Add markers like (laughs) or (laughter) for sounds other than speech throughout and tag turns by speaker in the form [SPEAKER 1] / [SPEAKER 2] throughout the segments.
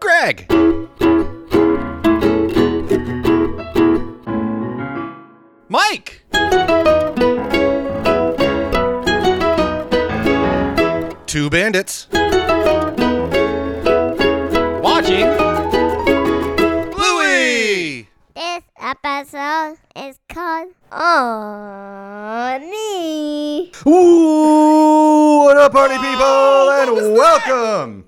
[SPEAKER 1] Greg. Mike. Two bandits. Watching. Bluey.
[SPEAKER 2] This episode is called On Me.
[SPEAKER 3] Ooh, what up, party people, and welcome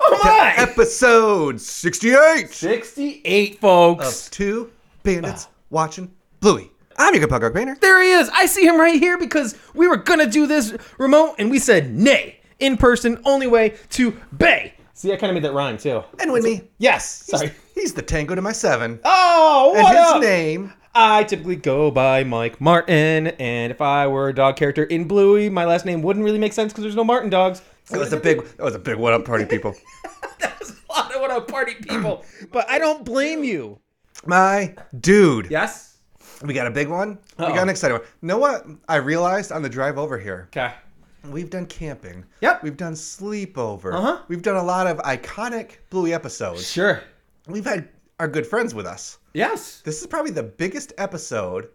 [SPEAKER 3] to episode 68
[SPEAKER 4] 68,
[SPEAKER 3] of
[SPEAKER 4] folks.
[SPEAKER 3] Two Bandits Watching Bluey. I'm your good punk rock painter.
[SPEAKER 4] there he is. I see him right here because we were going to do this remote and we said nay. In person, only way to bay. See, I kind of made that rhyme too.
[SPEAKER 3] And with me,
[SPEAKER 4] Yes. Sorry.
[SPEAKER 3] (laughs) he's the tango to my seven.
[SPEAKER 4] Oh,
[SPEAKER 3] and
[SPEAKER 4] what
[SPEAKER 3] his
[SPEAKER 4] up?
[SPEAKER 3] name,
[SPEAKER 4] I typically go by Mike Martin, and if I were a dog character in Bluey, my last name wouldn't really make sense because there's no Martin dogs.
[SPEAKER 3] that was a big, that was a big what up, party
[SPEAKER 4] (laughs)
[SPEAKER 3] people.
[SPEAKER 4] That's a lot of what a party people. but I don't blame you.
[SPEAKER 3] My dude.
[SPEAKER 4] Yes.
[SPEAKER 3] We got a big one. We got
[SPEAKER 4] Uh-oh.
[SPEAKER 3] an exciting one. You know what I realized on the drive over here?
[SPEAKER 4] Okay.
[SPEAKER 3] We've done camping.
[SPEAKER 4] Yep.
[SPEAKER 3] We've done sleepover.
[SPEAKER 4] Uh-huh.
[SPEAKER 3] We've done a lot of iconic Bluey episodes.
[SPEAKER 4] Sure.
[SPEAKER 3] We've had our good friends with us.
[SPEAKER 4] Yes.
[SPEAKER 3] This is probably the biggest episode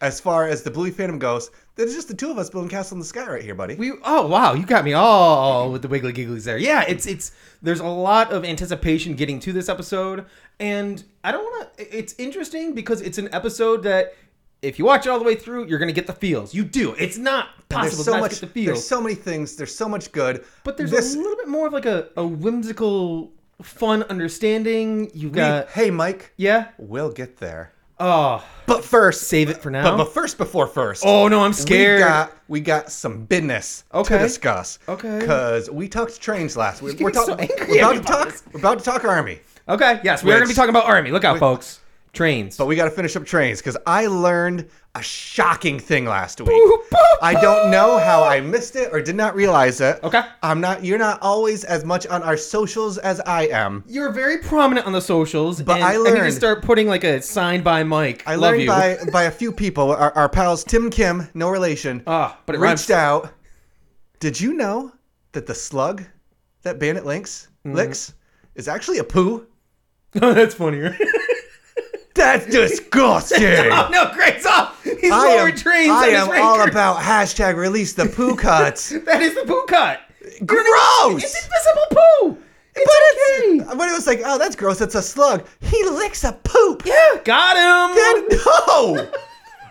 [SPEAKER 3] as far as the Bluey Phantom goes. That is just the two of us building Castle in the Sky right here, buddy.
[SPEAKER 4] We oh wow, you got me all with the wiggly gigglies there. Yeah, it's it's there's a lot of anticipation getting to this episode, and I don't want to. It's interesting because it's an episode that if you watch it all the way through, you're gonna get the feels. You do. It's not
[SPEAKER 3] And
[SPEAKER 4] possible
[SPEAKER 3] there's so
[SPEAKER 4] not
[SPEAKER 3] much.
[SPEAKER 4] to get the
[SPEAKER 3] There's
[SPEAKER 4] feels.
[SPEAKER 3] so many things. There's so much good.
[SPEAKER 4] but there's
[SPEAKER 3] this.
[SPEAKER 4] a little bit more of like a, a whimsical, fun understanding. You've
[SPEAKER 3] we-
[SPEAKER 4] got
[SPEAKER 3] hey, Mike.
[SPEAKER 4] yeah.
[SPEAKER 3] We'll get there.
[SPEAKER 4] Oh,
[SPEAKER 3] But first,
[SPEAKER 4] save it for now.
[SPEAKER 3] but, but first, before first.
[SPEAKER 4] oh no, I'm scared.
[SPEAKER 3] We got we got some business
[SPEAKER 4] Okay.
[SPEAKER 3] to discuss.
[SPEAKER 4] Okay.
[SPEAKER 3] Because we talked trains last week.
[SPEAKER 4] getting
[SPEAKER 3] We're, talk-
[SPEAKER 4] so angry
[SPEAKER 3] we're about to
[SPEAKER 4] about
[SPEAKER 3] talk.
[SPEAKER 4] this.
[SPEAKER 3] We're about to talk army,
[SPEAKER 4] okay, yes, we are gonna be
[SPEAKER 3] Which-
[SPEAKER 4] talking about army. Look out, folks. Trains.
[SPEAKER 3] but we got to finish up trains because I learned a shocking thing last week.
[SPEAKER 4] boop,
[SPEAKER 3] I don't know how I missed it or did not realize it.
[SPEAKER 4] Okay.
[SPEAKER 3] I'm not. You're not always as much on our socials as I am.
[SPEAKER 4] You're very prominent on the socials, but
[SPEAKER 3] I
[SPEAKER 4] I need to
[SPEAKER 3] learned-
[SPEAKER 4] start putting like a signed by Mike.
[SPEAKER 3] I
[SPEAKER 4] love
[SPEAKER 3] learned
[SPEAKER 4] you.
[SPEAKER 3] by by a few people. Our, our pals Tim Kim, no relation,
[SPEAKER 4] Ah, but it
[SPEAKER 3] reached
[SPEAKER 4] rhymes.
[SPEAKER 3] out. Did you know that the slug that Bandit Lynx
[SPEAKER 4] Mm-hmm.
[SPEAKER 3] licks is actually a poo?
[SPEAKER 4] Oh, (laughs) that's funnier. (laughs)
[SPEAKER 3] That's disgusting.
[SPEAKER 4] oh (laughs) no, Greg's off. He's
[SPEAKER 3] I
[SPEAKER 4] lower
[SPEAKER 3] am,
[SPEAKER 4] trains.
[SPEAKER 3] I
[SPEAKER 4] on his
[SPEAKER 3] am all
[SPEAKER 4] ranker.
[SPEAKER 3] about hashtag release the poo cuts.
[SPEAKER 4] (laughs) That is the poo cut.
[SPEAKER 3] Gross!
[SPEAKER 4] It's invisible poo. It's okay.
[SPEAKER 3] when it was like, oh, that's gross, that's a slug. He licks a poop.
[SPEAKER 4] yeah, got him.
[SPEAKER 3] Dad, no!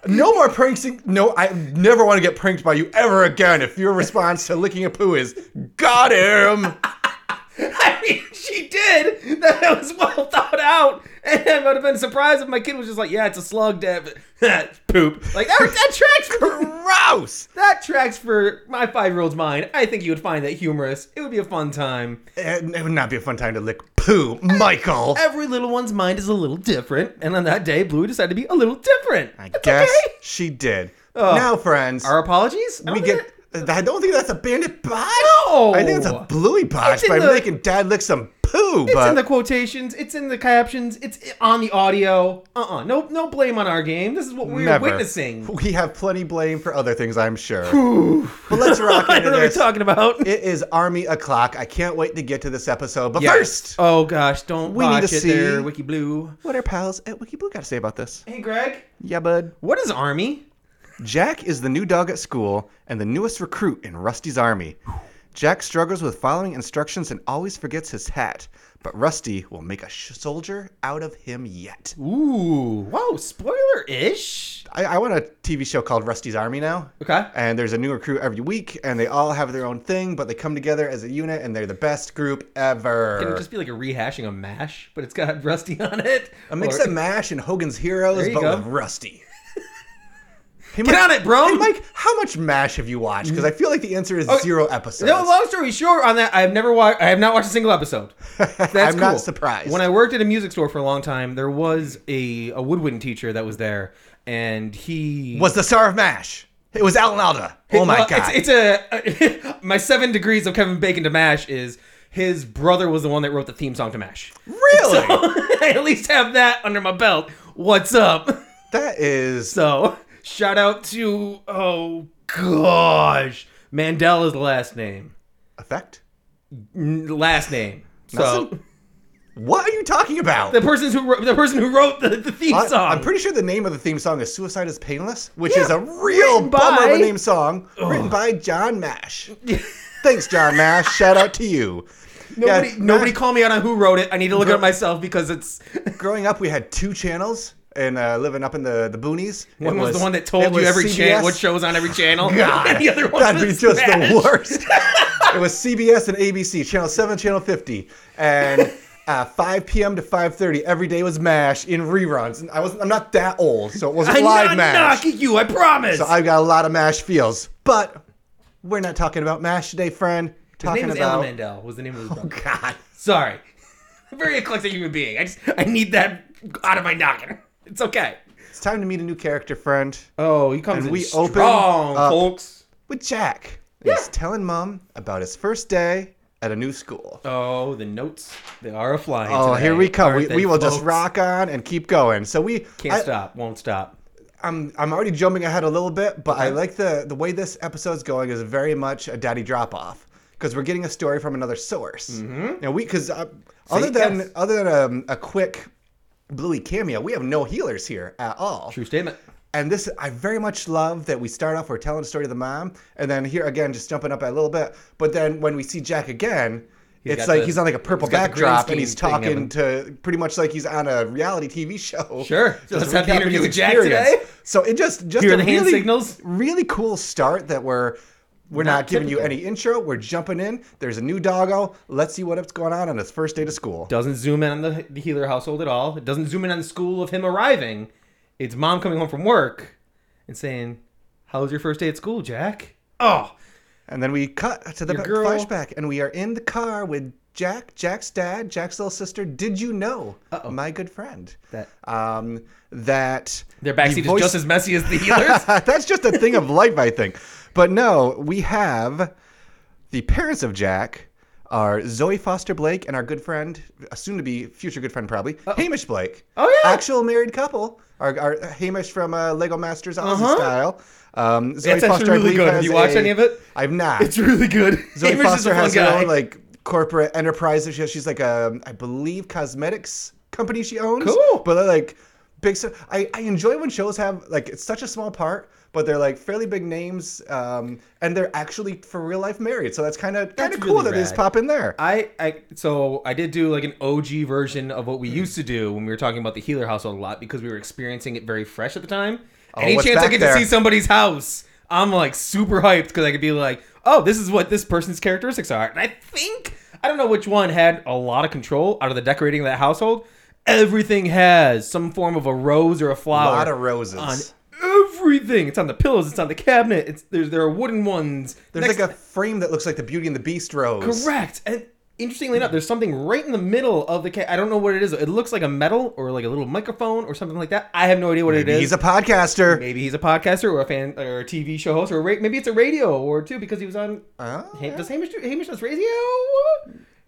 [SPEAKER 3] No more pranking. No, I never want to get pranked by you ever again if your response to licking a poo is, got him!
[SPEAKER 4] (laughs) I mean, she did. That was well thought out, and I would have been surprised if my kid was just like, "Yeah, it's a slug, Dad." but (laughs) poop. Like that. That tracks. For,
[SPEAKER 3] Gross!
[SPEAKER 4] that tracks for my five-year-old's mind. I think you would find that humorous. It would be a fun time.
[SPEAKER 3] It it would not be a fun time to lick poo, Michael.
[SPEAKER 4] every little one's mind is a little different, and on that day, Blue decided to be a little different.
[SPEAKER 3] I
[SPEAKER 4] That's
[SPEAKER 3] guess
[SPEAKER 4] okay. Oh.
[SPEAKER 3] she did. now, friends,
[SPEAKER 4] Our apologies. I
[SPEAKER 3] we
[SPEAKER 4] don't
[SPEAKER 3] get.
[SPEAKER 4] think
[SPEAKER 3] I don't think that's a bandit botch.
[SPEAKER 4] No!
[SPEAKER 3] I think it's a bluey botch
[SPEAKER 4] It's in
[SPEAKER 3] by
[SPEAKER 4] the-
[SPEAKER 3] making dad lick some poo.
[SPEAKER 4] that- It's
[SPEAKER 3] but
[SPEAKER 4] in the quotations. It's in the captions. It's i- on the audio. Uh uh No no blame on our game. This is what we're
[SPEAKER 3] Never.
[SPEAKER 4] witnessing.
[SPEAKER 3] We have plenty blame for other things, I'm sure. but let's rock
[SPEAKER 4] (laughs) (laughs) I
[SPEAKER 3] into
[SPEAKER 4] don't know what you're
[SPEAKER 3] this.
[SPEAKER 4] talking about.
[SPEAKER 3] It is Army O'Clock. I can't wait to get to this episode. But first,
[SPEAKER 4] Oh gosh, don't
[SPEAKER 3] We need
[SPEAKER 4] watch
[SPEAKER 3] to
[SPEAKER 4] it there,
[SPEAKER 3] see-
[SPEAKER 4] Wiki Blue.
[SPEAKER 3] what our pals at WikiBlue got to say about this?
[SPEAKER 4] Hey Greg,
[SPEAKER 3] Yeah, bud.
[SPEAKER 4] what is Army?
[SPEAKER 3] Jack is the new dog at school and the newest recruit in Rusty's army. Jack struggles with following instructions and always forgets his hat, but Rusty will make a sh- soldier out of him yet.
[SPEAKER 4] Ooh, whoa, spoiler ish.
[SPEAKER 3] I, I want a TV show called Rusty's Army now.
[SPEAKER 4] Okay.
[SPEAKER 3] and there's a new recruit every week, and they all have their own thing, but they come together as a unit, and they're the best group
[SPEAKER 4] Can
[SPEAKER 3] ever.
[SPEAKER 4] it just be like a rehashing of MASH, but it's got Rusty on it?
[SPEAKER 3] a mix
[SPEAKER 4] Or-
[SPEAKER 3] of Mash and Hogan's
[SPEAKER 4] There
[SPEAKER 3] Heroes,
[SPEAKER 4] you
[SPEAKER 3] but
[SPEAKER 4] go.
[SPEAKER 3] with Rusty. Hey,
[SPEAKER 4] (laughs) Get on it, bro!
[SPEAKER 3] Hey, Mike, how much Mash have you watched? Because I feel like the answer is
[SPEAKER 4] Okay.
[SPEAKER 3] zero episodes.
[SPEAKER 4] No, long story short, on that, I've never watched. I have not watched a
[SPEAKER 3] (laughs)
[SPEAKER 4] single episode. That's
[SPEAKER 3] I'm not
[SPEAKER 4] cool.
[SPEAKER 3] surprised.
[SPEAKER 4] When I worked at a music store for a long time, there was a, a woodwind teacher that was there, and he
[SPEAKER 3] was the star of Mash? It was Alan Alda. oh my
[SPEAKER 4] Well,
[SPEAKER 3] god!
[SPEAKER 4] It's, it's a (laughs) my seven degrees of Kevin Bacon to Mash is his brother was the one that wrote the theme song to Mash.
[SPEAKER 3] really?
[SPEAKER 4] (laughs) I at least have that under my belt. What's up? (laughs)
[SPEAKER 3] that is
[SPEAKER 4] So shout out to oh gosh, Mandela's last name.
[SPEAKER 3] effect.
[SPEAKER 4] N- Last name. So.
[SPEAKER 3] Nelson? What are you talking about?
[SPEAKER 4] The person who wrote, the person who wrote the, the theme
[SPEAKER 3] I,
[SPEAKER 4] song.
[SPEAKER 3] am pretty sure the name of the theme song is "Suicide Is Painless," which is
[SPEAKER 4] Yeah,
[SPEAKER 3] a real
[SPEAKER 4] written
[SPEAKER 3] bummer of
[SPEAKER 4] by-
[SPEAKER 3] a name song, written by John
[SPEAKER 4] (laughs)
[SPEAKER 3] Mash. Thanks, John Mash. Shout out to you.
[SPEAKER 4] nobody
[SPEAKER 3] Yeah,
[SPEAKER 4] nobody
[SPEAKER 3] Mash-
[SPEAKER 4] call me out on who wrote it. I need to look at it myself because it's
[SPEAKER 3] growing up, we had two channels, and uh, living up in the the boonies,
[SPEAKER 4] one (laughs)
[SPEAKER 3] it
[SPEAKER 4] was, the one that
[SPEAKER 3] it
[SPEAKER 4] told you
[SPEAKER 3] was
[SPEAKER 4] every
[SPEAKER 3] CBS.
[SPEAKER 4] channel what shows on every channel.
[SPEAKER 3] God,
[SPEAKER 4] (laughs) and the other one
[SPEAKER 3] that'd be
[SPEAKER 4] was
[SPEAKER 3] just
[SPEAKER 4] Smash.
[SPEAKER 3] the worst.
[SPEAKER 4] (laughs)
[SPEAKER 3] it was CBS and ABC, channel seven, channel fifty, and uh, 5 p.m. to 5:30 every day was Mash in reruns. And I was I'm not that old, so it wasn't
[SPEAKER 4] I'm
[SPEAKER 3] live
[SPEAKER 4] not
[SPEAKER 3] Mash.
[SPEAKER 4] knocking you. I promise.
[SPEAKER 3] So I've got a lot of Mash feels, but we're not talking about Mash today, friend.
[SPEAKER 4] His
[SPEAKER 3] Talking
[SPEAKER 4] name was
[SPEAKER 3] about Oh,
[SPEAKER 4] Alan Mandel. Was the name of his brother.
[SPEAKER 3] God.
[SPEAKER 4] Sorry. (laughs) I'm a very eclectic human being. I just I need that out of my noggin. It's okay.
[SPEAKER 3] It's time to meet a new character, friend.
[SPEAKER 4] Oh, he comes
[SPEAKER 3] And
[SPEAKER 4] in
[SPEAKER 3] we
[SPEAKER 4] strong,
[SPEAKER 3] open up-
[SPEAKER 4] folks.
[SPEAKER 3] With Jack, he's telling mom about his first day at a new school.
[SPEAKER 4] Oh, the notes they are a flying.
[SPEAKER 3] Oh,
[SPEAKER 4] today,
[SPEAKER 3] here we come. We,
[SPEAKER 4] aren't they,
[SPEAKER 3] we will just
[SPEAKER 4] folks?
[SPEAKER 3] rock on and keep going. So we
[SPEAKER 4] Can't
[SPEAKER 3] I-
[SPEAKER 4] stop. Won't stop.
[SPEAKER 3] I'm I'm already jumping ahead a little bit, but I like the the way this episode's going is very much a daddy drop off because we're getting a story from another source. Mm-hmm. And we because uh, other than
[SPEAKER 4] yes.
[SPEAKER 3] other than um, a quick Bluey cameo, we have no healers here at all.
[SPEAKER 4] True statement.
[SPEAKER 3] And this I very much love that we start off we're telling the story of the mom, and then here again just jumping up a little bit, but then when we see Jack again. it's
[SPEAKER 4] got
[SPEAKER 3] like
[SPEAKER 4] the-
[SPEAKER 3] he's on like a purple
[SPEAKER 4] he's got the green
[SPEAKER 3] backdrop and
[SPEAKER 4] screen
[SPEAKER 3] he's
[SPEAKER 4] thing of
[SPEAKER 3] talking
[SPEAKER 4] him.
[SPEAKER 3] to pretty much like he's on a reality TV show. (laughs)
[SPEAKER 4] Sure. So
[SPEAKER 3] Just
[SPEAKER 4] let's have the
[SPEAKER 3] recapping
[SPEAKER 4] interview
[SPEAKER 3] his
[SPEAKER 4] with Jack
[SPEAKER 3] experience.
[SPEAKER 4] today.
[SPEAKER 3] So it just just
[SPEAKER 4] Here
[SPEAKER 3] a
[SPEAKER 4] are the hand
[SPEAKER 3] really,
[SPEAKER 4] signals.
[SPEAKER 3] Really cool start that we're we're not,
[SPEAKER 4] Not
[SPEAKER 3] giving you
[SPEAKER 4] typical.
[SPEAKER 3] any intro. We're jumping in. There's a new doggo. Let's see what's going on on his first day to school.
[SPEAKER 4] Doesn't zoom in on the, the healer household at all. It doesn't zoom in on the school of him arriving. It's mom coming home from work and saying, "How was your first day at school, Jack?" Oh,
[SPEAKER 3] And then we cut to the
[SPEAKER 4] Your
[SPEAKER 3] ba-
[SPEAKER 4] girl-
[SPEAKER 3] flashback, and we are in the car with Jack, Jack's dad, Jack's little sister. Did you know,
[SPEAKER 4] Uh-oh.
[SPEAKER 3] my good friend,
[SPEAKER 4] That-
[SPEAKER 3] um, that (laughs)
[SPEAKER 4] their
[SPEAKER 3] the
[SPEAKER 4] backseat
[SPEAKER 3] voice-
[SPEAKER 4] is just as messy as the healers.
[SPEAKER 3] That's just a thing of life, I think. But no, we have the parents of Jack are Zoe Foster Blake and our good friend, a soon to be future good friend probably, Hamish Blake.
[SPEAKER 4] Oh, yeah.
[SPEAKER 3] Actual married couple. Our, our Hamish from uh, Lego Masters Aussie style. Um, Zoe
[SPEAKER 4] Uh-huh. It's actually
[SPEAKER 3] Foster, I
[SPEAKER 4] really
[SPEAKER 3] believe,
[SPEAKER 4] good. Have
[SPEAKER 3] has
[SPEAKER 4] you watched
[SPEAKER 3] a-
[SPEAKER 4] any of it?
[SPEAKER 3] I've not.
[SPEAKER 4] (laughs) it's really good.
[SPEAKER 3] Zoe
[SPEAKER 4] Hamish is a
[SPEAKER 3] Foster
[SPEAKER 4] fun
[SPEAKER 3] has her
[SPEAKER 4] guy.
[SPEAKER 3] own like corporate enterprise. that She has, she's like a, I believe, cosmetics company she owns.
[SPEAKER 4] Cool.
[SPEAKER 3] But they're like big. So I, I enjoy when shows have like it's such a small part, but they're like fairly big names, um, and they're actually for real life married. So that's kind of kind
[SPEAKER 4] That's
[SPEAKER 3] of cool
[SPEAKER 4] really
[SPEAKER 3] that they just
[SPEAKER 4] rad.
[SPEAKER 3] pop in there.
[SPEAKER 4] I, I so I did do like an OG version of what we used to do when we were talking about the healer household a lot because we were experiencing it very fresh at the time. Any
[SPEAKER 3] Oh, what's
[SPEAKER 4] chance I
[SPEAKER 3] back
[SPEAKER 4] get
[SPEAKER 3] there?
[SPEAKER 4] to see somebody's house, I'm like super hyped because I could be like, oh, this is what this person's characteristics are. And I think I don't know which one had a lot of control out of the decorating of that household. Everything has some form of a rose or a flower.
[SPEAKER 3] lot of roses.
[SPEAKER 4] on everything. It's on the pillows. It's on the cabinet. It's there's there are wooden ones.
[SPEAKER 3] There's like a frame that looks like the Beauty and the Beast rose.
[SPEAKER 4] Correct. And interestingly enough, there's something right in the middle of the ca I don't know what it is. It looks like a metal or like a little microphone or something like that. I have no idea what it
[SPEAKER 3] Maybe
[SPEAKER 4] is.
[SPEAKER 3] He's a podcaster.
[SPEAKER 4] maybe he's a podcaster or a fan or a TV show host or a ra- maybe it's a radio or two because he was on.
[SPEAKER 3] Oh,
[SPEAKER 4] Ham- does Hamish do Hamish does radio?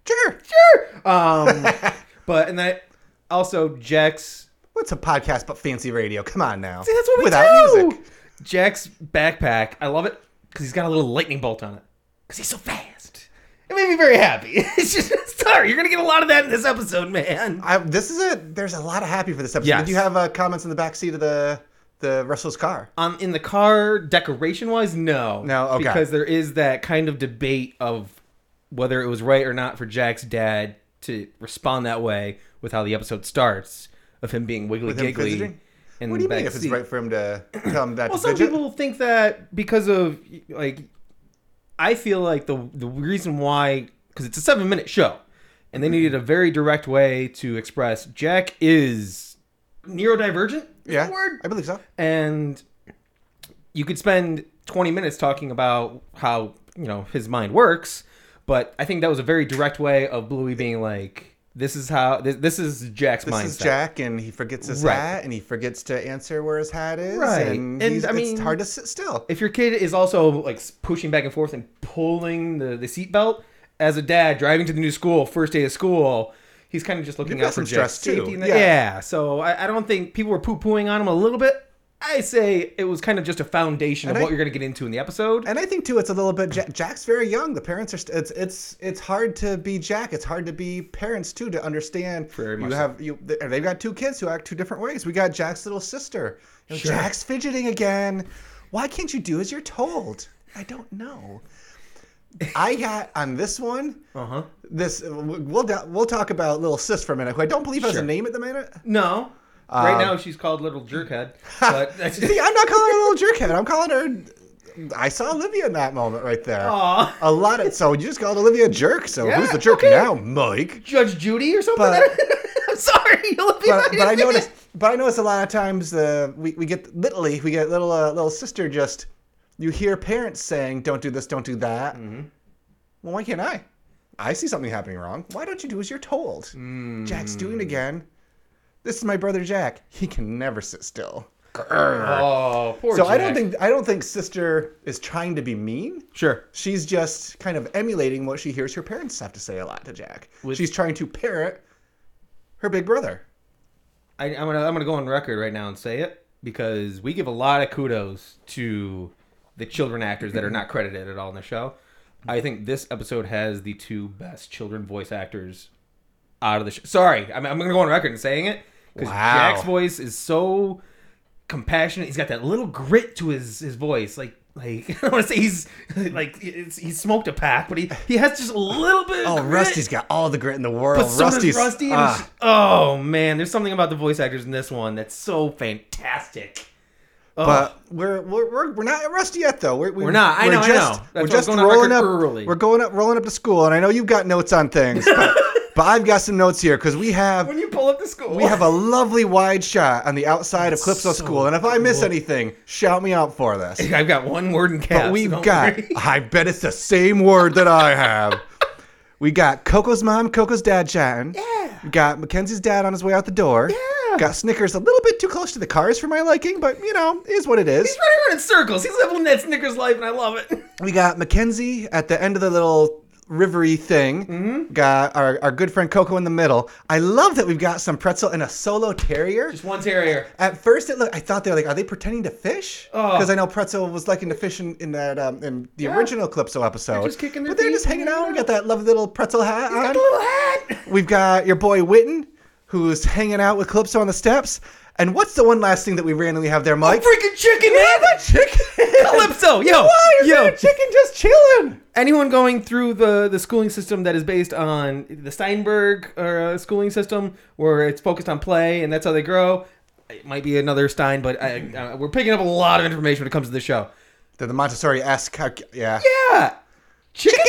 [SPEAKER 3] Sure.
[SPEAKER 4] Sure. Um,
[SPEAKER 3] (laughs)
[SPEAKER 4] but and that also Jack's.
[SPEAKER 3] What's a podcast but fancy radio? Come on now.
[SPEAKER 4] See, that's what we
[SPEAKER 3] Without
[SPEAKER 4] do.
[SPEAKER 3] music.
[SPEAKER 4] Jack's backpack. I love it because he's got a little lightning bolt on it because he's so fast. It made me very happy. (laughs) It's just sorry, you're gonna get a lot of that in this episode, man.
[SPEAKER 3] I, this is a. There's a lot of happy for this episode.
[SPEAKER 4] Yes.
[SPEAKER 3] Did you have uh, comments in the back seat of the the Russell's car?
[SPEAKER 4] Um, in the car decoration wise, no,
[SPEAKER 3] No, okay.
[SPEAKER 4] because there is that kind of debate of whether it was right or not for Jack's dad to respond that way with how the episode starts of him being wiggly
[SPEAKER 3] With him
[SPEAKER 4] giggly.
[SPEAKER 3] fidgeting?
[SPEAKER 4] in
[SPEAKER 3] What
[SPEAKER 4] the
[SPEAKER 3] do you mean
[SPEAKER 4] back
[SPEAKER 3] if it's
[SPEAKER 4] seat.
[SPEAKER 3] right for him to come that?
[SPEAKER 4] Well,
[SPEAKER 3] to
[SPEAKER 4] some
[SPEAKER 3] fidget?
[SPEAKER 4] people think that because of like, I feel like the the reason why because it's a seven minute show,
[SPEAKER 3] Mm-hmm.
[SPEAKER 4] and they needed a very direct way to express Jack is neurodivergent. is the
[SPEAKER 3] Yeah,
[SPEAKER 4] word?
[SPEAKER 3] I believe so.
[SPEAKER 4] and you could spend 20 minutes talking about how you know his mind works but i think that was a very direct way of bluey being like this is how this, this is jack's
[SPEAKER 3] This
[SPEAKER 4] mindset
[SPEAKER 3] is Jack, and he forgets his
[SPEAKER 4] Right.
[SPEAKER 3] hat, and he forgets to answer where his hat is.
[SPEAKER 4] Right.
[SPEAKER 3] and,
[SPEAKER 4] And,
[SPEAKER 3] he's-
[SPEAKER 4] I mean-
[SPEAKER 3] it's hard to sit still.
[SPEAKER 4] if your kid is also like pushing back and forth and pulling the, the seatbelt as a dad driving to the new school first day of school he's kind of just looking
[SPEAKER 3] You've got
[SPEAKER 4] out for
[SPEAKER 3] some
[SPEAKER 4] Jack's
[SPEAKER 3] stress, too.
[SPEAKER 4] safety and the-
[SPEAKER 3] Yeah.
[SPEAKER 4] yeah. so I, I don't think people were poo-pooing on him a little bit I say it was kind of just a foundation
[SPEAKER 3] And
[SPEAKER 4] of
[SPEAKER 3] I-
[SPEAKER 4] what you're going to get into in the episode.
[SPEAKER 3] And I think too, it's a little bit. Ja- Jack's very young. The parents are. St- it's it's it's hard to be Jack. It's hard to be parents too to understand.
[SPEAKER 4] Very much
[SPEAKER 3] you
[SPEAKER 4] so.
[SPEAKER 3] have you. th- They've got two kids who act two different ways. We got Jack's little sister. You know, Jack's fidgeting again. Why can't you do as you're told? I don't know. I got on this one.
[SPEAKER 4] Uh huh.
[SPEAKER 3] This we'll da- we'll talk about little sis for a minute. Who I don't believe has
[SPEAKER 4] Sure.
[SPEAKER 3] a name at the minute.
[SPEAKER 4] No. right
[SPEAKER 3] Um,
[SPEAKER 4] now she's called Little
[SPEAKER 3] (laughs)
[SPEAKER 4] Jerkhead, but that's
[SPEAKER 3] See, I'm not calling her a little jerkhead. I'm calling her. I saw Olivia in that moment right there.
[SPEAKER 4] Aw.
[SPEAKER 3] A lot of so you just called Olivia a jerk. So
[SPEAKER 4] Yeah,
[SPEAKER 3] who's the jerk
[SPEAKER 4] okay.
[SPEAKER 3] now,
[SPEAKER 4] (laughs)
[SPEAKER 3] Mike?
[SPEAKER 4] Judge Judy or something.
[SPEAKER 3] But-
[SPEAKER 4] (laughs) I'm sorry, Olivia.
[SPEAKER 3] But, but I noticed. But I noticed a lot of times uh, we we get literally we get little uh, little sister just you hear parents saying don't do this don't do that.
[SPEAKER 4] Mm-hmm.
[SPEAKER 3] Well, why can't I? I see something happening wrong. Why don't you do as you're told? Jack's doing
[SPEAKER 4] Mm.
[SPEAKER 3] it again. This is my brother Jack. He can never sit still.
[SPEAKER 4] (laughs) Oh, poor.
[SPEAKER 3] So I don't
[SPEAKER 4] Jack.
[SPEAKER 3] think I don't think sister is trying to be mean.
[SPEAKER 4] Sure.
[SPEAKER 3] She's just kind of emulating what she hears her parents have to say a lot to Jack.
[SPEAKER 4] With-
[SPEAKER 3] She's trying to parrot her big brother.
[SPEAKER 4] I, I'm gonna I'm gonna go on record right now and say it because we give a lot of kudos to the children actors that are not credited at all in the show. I think this episode has the two best children voice actors out of the show. Sorry, I'm, I'm gonna go on record and saying it because
[SPEAKER 3] Wow.
[SPEAKER 4] Jack's voice is so compassionate. He's got that little grit to his his voice, like. Like (laughs) I don't want to say he's like it's, he smoked a pack, but he, he has just a little bit. Of
[SPEAKER 3] Oh,
[SPEAKER 4] grit.
[SPEAKER 3] Rusty's got all the grit in the world.
[SPEAKER 4] But so does
[SPEAKER 3] Rusty's
[SPEAKER 4] Rusty. and
[SPEAKER 3] ah.
[SPEAKER 4] it's- oh man, there's something about the voice actors in this one that's so fantastic. Oh,
[SPEAKER 3] but we're, we're we're we're not at Rusty yet though. We're, we,
[SPEAKER 4] We're not. I know, I know. That's why
[SPEAKER 3] we're
[SPEAKER 4] I'm
[SPEAKER 3] just
[SPEAKER 4] going on
[SPEAKER 3] rolling up.
[SPEAKER 4] record early.
[SPEAKER 3] We're going up, rolling up to school, and I know you've got notes on things, (laughs) but, but I've got some notes here because we have
[SPEAKER 4] when you pull up the school,
[SPEAKER 3] we have a lovely wide shot on the outside of Clipso
[SPEAKER 4] so
[SPEAKER 3] School, and if I miss
[SPEAKER 4] cool.
[SPEAKER 3] anything, shout me out for this.
[SPEAKER 4] (laughs) I've got one word in caps.
[SPEAKER 3] But we've
[SPEAKER 4] don't
[SPEAKER 3] got,
[SPEAKER 4] worry.
[SPEAKER 3] I bet it's the same word that I have. we got Coco's mom, Coco's dad chatting.
[SPEAKER 4] Yeah.
[SPEAKER 3] We got Mackenzie's dad on his way out the door.
[SPEAKER 4] Yeah.
[SPEAKER 3] Got Snickers a little bit too close to the cars for my liking, but you know, is what it is.
[SPEAKER 4] He's (laughs) running around in circles. He's living that Snickers life, and I love it.
[SPEAKER 3] We got Mackenzie at the end of the little rivery thing.
[SPEAKER 4] Mm-hmm.
[SPEAKER 3] Got our, our good friend Coco in the middle. I love that we've got some pretzel and a solo terrier.
[SPEAKER 4] Just one terrier.
[SPEAKER 3] At first, it looked. I thought they were like, are they pretending to fish?
[SPEAKER 4] Oh.
[SPEAKER 3] Because I know Pretzel was liking to fish in, in that um, in the original Calypso episode.
[SPEAKER 4] just kicking their
[SPEAKER 3] but they're
[SPEAKER 4] feet
[SPEAKER 3] just hanging
[SPEAKER 4] and
[SPEAKER 3] out.
[SPEAKER 4] hanging
[SPEAKER 3] We got that lovely little Pretzel hat
[SPEAKER 4] He's
[SPEAKER 3] on.
[SPEAKER 4] got a little hat.
[SPEAKER 3] We've got your boy Witten, who's hanging out with Calypso on the steps. And what's the one last thing that we randomly have there, Mike?
[SPEAKER 4] Freaking chicken head.
[SPEAKER 3] (laughs) chicken.
[SPEAKER 4] Calypso, yo,
[SPEAKER 3] Why is
[SPEAKER 4] yo.
[SPEAKER 3] that chicken just chilling?
[SPEAKER 4] anyone going through the the schooling system that is based on the Steinberg uh, schooling system, where it's focused on play and that's how they grow. It might be another Stein, but I,
[SPEAKER 3] Mm-hmm.
[SPEAKER 4] uh, we're picking up a lot of information when it comes to the show.
[SPEAKER 3] They're the Montessori-esque. how- Yeah.
[SPEAKER 4] Yeah, chickens.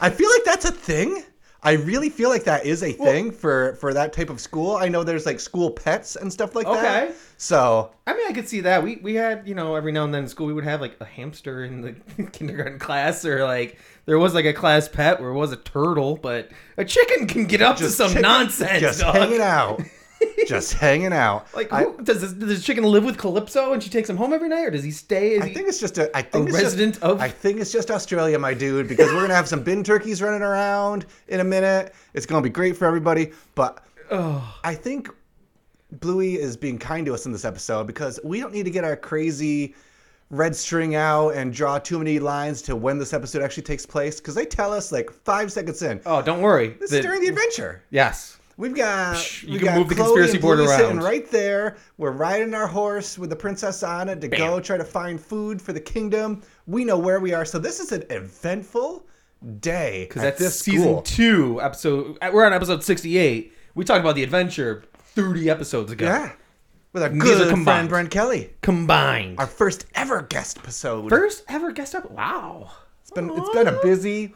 [SPEAKER 3] I feel like that's a thing. I really feel like that is a thing for for that type of school. I know there's like school pets and stuff like that.
[SPEAKER 4] Okay.
[SPEAKER 3] So
[SPEAKER 4] I mean, I could see that. We we had you know every now and then in school we would have like a hamster in the (laughs) kindergarten class, or like there was like a class pet where it was a turtle, but a chicken can get up to some
[SPEAKER 3] chicken-
[SPEAKER 4] nonsense.
[SPEAKER 3] Just
[SPEAKER 4] dog.
[SPEAKER 3] hanging
[SPEAKER 4] (laughs)
[SPEAKER 3] out. just hanging out.
[SPEAKER 4] Like,
[SPEAKER 3] I,
[SPEAKER 4] who, does, this, does this chicken live with Calypso and she takes him home every night, or does he stay? Is
[SPEAKER 3] I
[SPEAKER 4] he-
[SPEAKER 3] think it's just a. I think
[SPEAKER 4] A
[SPEAKER 3] it's just-
[SPEAKER 4] resident of-
[SPEAKER 3] I think it's just Australia, my dude, because we're gonna have some bin turkeys running around in a minute. It's gonna be great for everybody. But I think Bluey is being kind to us in this episode because we don't need to get our crazy red string out and draw too many lines to when this episode actually takes place because they tell us like five seconds in.
[SPEAKER 4] Oh, don't worry.
[SPEAKER 3] This
[SPEAKER 4] The-
[SPEAKER 3] is during the adventure.
[SPEAKER 4] yes.
[SPEAKER 3] We've got
[SPEAKER 4] Psh, you
[SPEAKER 3] we
[SPEAKER 4] can
[SPEAKER 3] got
[SPEAKER 4] move the
[SPEAKER 3] Chloe
[SPEAKER 4] conspiracy
[SPEAKER 3] and
[SPEAKER 4] board
[SPEAKER 3] Bluey sitting
[SPEAKER 4] around.
[SPEAKER 3] right there. We're riding our horse with the princess on it to go try to find food for the kingdom. We know where we are, so this is an eventful day
[SPEAKER 4] Because
[SPEAKER 3] at
[SPEAKER 4] that's
[SPEAKER 3] this
[SPEAKER 4] season
[SPEAKER 3] school.
[SPEAKER 4] two, episode. uh, We're on episode 68. We talked about the adventure 30 episodes ago.
[SPEAKER 3] yeah, with our
[SPEAKER 4] These are
[SPEAKER 3] good friend
[SPEAKER 4] combined.
[SPEAKER 3] Brent Kelly,
[SPEAKER 4] Combined.
[SPEAKER 3] our first ever guest episode.
[SPEAKER 4] first ever guest up. Wow.
[SPEAKER 3] It's been it's been a busy.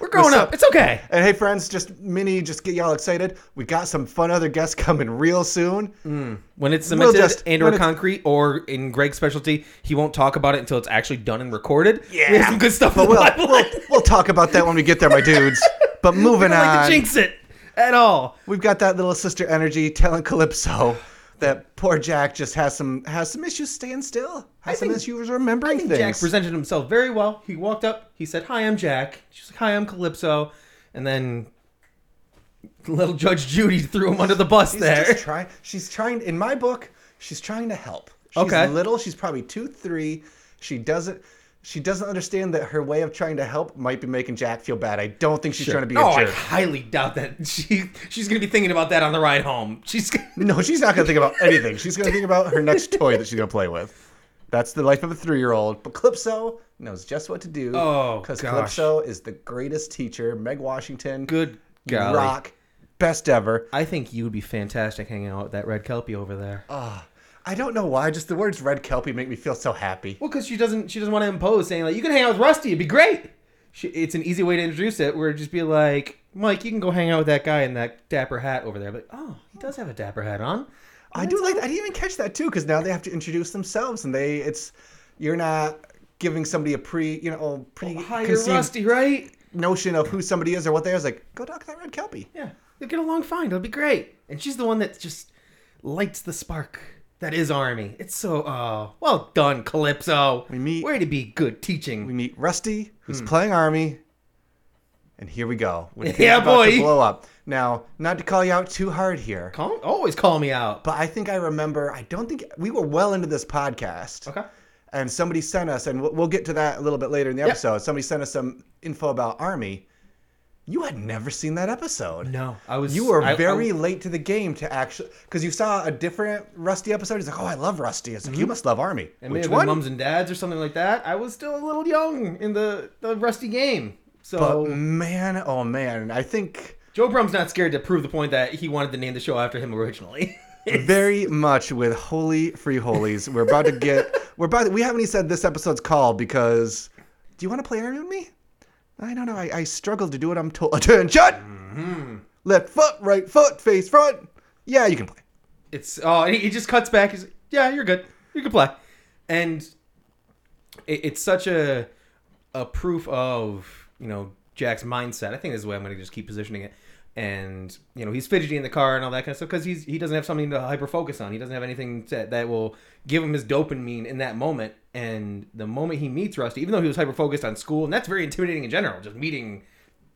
[SPEAKER 4] We're growing
[SPEAKER 3] What's
[SPEAKER 4] up.
[SPEAKER 3] up?
[SPEAKER 4] It's okay.
[SPEAKER 3] And hey, friends, just mini, just get y'all excited. We got some fun other guests coming real soon.
[SPEAKER 4] Mm. When it's cemented
[SPEAKER 3] just-
[SPEAKER 4] and
[SPEAKER 3] when
[SPEAKER 4] or
[SPEAKER 3] it's-
[SPEAKER 4] concrete or in Greg's specialty, he won't talk about it until it's actually done and recorded.
[SPEAKER 3] Yeah.
[SPEAKER 4] We have some good stuff
[SPEAKER 3] But
[SPEAKER 4] in the (laughs)
[SPEAKER 3] we'll,
[SPEAKER 4] pipeline.
[SPEAKER 3] we'll we'll talk about that when we get there, my dudes.
[SPEAKER 4] (laughs)
[SPEAKER 3] But
[SPEAKER 4] I
[SPEAKER 3] moving
[SPEAKER 4] don't like
[SPEAKER 3] on.
[SPEAKER 4] to jinx it at all.
[SPEAKER 3] We've got that little sister energy telling Calypso that poor Jack just has some has some issues staying still, has some
[SPEAKER 4] think-
[SPEAKER 3] issues remembering things.
[SPEAKER 4] Jack presented himself very well. He walked up. He said, "Hi, I'm Jack." She's like, "Hi, I'm Calypso," and then little Judge Judy threw him under the bus
[SPEAKER 3] she's
[SPEAKER 4] there.
[SPEAKER 3] just try, she's trying. In my book, she's trying to help. She's
[SPEAKER 4] Okay.
[SPEAKER 3] little. She's probably two, three. She doesn't. She doesn't understand that her way of trying to help might be making Jack feel bad. I don't think she's trying to be
[SPEAKER 4] oh,
[SPEAKER 3] a
[SPEAKER 4] I
[SPEAKER 3] jerk.
[SPEAKER 4] highly doubt that she she's gonna be thinking about that on the ride home. She's gonna,
[SPEAKER 3] No, she's not gonna think about anything. She's gonna think about her next toy that she's gonna play with. That's the life of a three-year-old. But Calypso knows just what to do.
[SPEAKER 4] Oh,
[SPEAKER 3] because
[SPEAKER 4] gosh.
[SPEAKER 3] Calypso is the greatest teacher. Meg Washington,
[SPEAKER 4] good
[SPEAKER 3] you
[SPEAKER 4] golly.
[SPEAKER 3] rock, best ever.
[SPEAKER 4] I think you would be fantastic hanging out with that red kelpie over there.
[SPEAKER 3] Uh. I don't know why. Just the words "red kelpie" make me feel so happy.
[SPEAKER 4] Well, because she doesn't she doesn't want to impose, saying like you can hang out with Rusty, it'd be great. She, it's an easy way to introduce it, where it'd just be like, Mike, you can go hang out with that guy in that dapper hat over there. But oh, he does have a dapper hat on.
[SPEAKER 3] I do like. That. I didn't even catch that too, because now they have to introduce themselves, and they it's you're not giving somebody a pre you know pre
[SPEAKER 4] Oh, Hi, you're
[SPEAKER 3] conceived
[SPEAKER 4] Rusty, right?
[SPEAKER 3] notion of who somebody is or what they are. It's like go talk to that red kelpie.
[SPEAKER 4] Yeah, you'll get along fine. It'll be great. And she's the one that just lights the spark. That is Army. It's so oh, well done, Calypso. We
[SPEAKER 3] meet-
[SPEAKER 4] way to be good teaching.
[SPEAKER 3] We meet Rusty, who's playing Army, and here we go. When things
[SPEAKER 4] Hmm. Yeah,
[SPEAKER 3] about to
[SPEAKER 4] boy.
[SPEAKER 3] blow up. Now, not to call you out too hard here,
[SPEAKER 4] call, always call me out.
[SPEAKER 3] but I think I remember. I don't think we were well into this podcast.
[SPEAKER 4] Okay.
[SPEAKER 3] And somebody sent us, and we'll, we'll get to that a little bit later in the
[SPEAKER 4] Yeah.
[SPEAKER 3] episode. Somebody sent us some info about Army. You had never seen that episode.
[SPEAKER 4] No, I was.
[SPEAKER 3] You were
[SPEAKER 4] I- I-
[SPEAKER 3] very late to the game to actually, because you saw a different Rusty episode. He's like, "Oh, I love Rusty." It's like you must love Army.
[SPEAKER 4] Mm-hmm. It may have been mums and dads or something like that. I was still a little young in the, the rusty game. So
[SPEAKER 3] But man, oh man, I think
[SPEAKER 4] Joe Brum's not scared to prove the point that he wanted to name the show after
[SPEAKER 3] (laughs)
[SPEAKER 4] him originally.
[SPEAKER 3] very much with holy free holies. We're about to (laughs) get. We're about. To, we haven't even said this episode's call because. Do you want to play Iron with me? I don't know. I, I struggle to do what I'm told. (laughs) Attention! Mm-hmm. Left foot, right foot, face front. Yeah, you can play.
[SPEAKER 4] it's oh, and he, he just cuts back. He's like, yeah, you're good. You can play, and it, it's such a a proof of you know Jack's mindset. I think this is the way I'm going to just keep positioning it. And you know he's fidgety in the car and all that kind of stuff because he's he doesn't have something to hyper focus on. He doesn't have anything to, that will give him his dopamine in that moment. And the moment he meets Rusty, even though he was hyper focused on school, and that's very intimidating in general, just meeting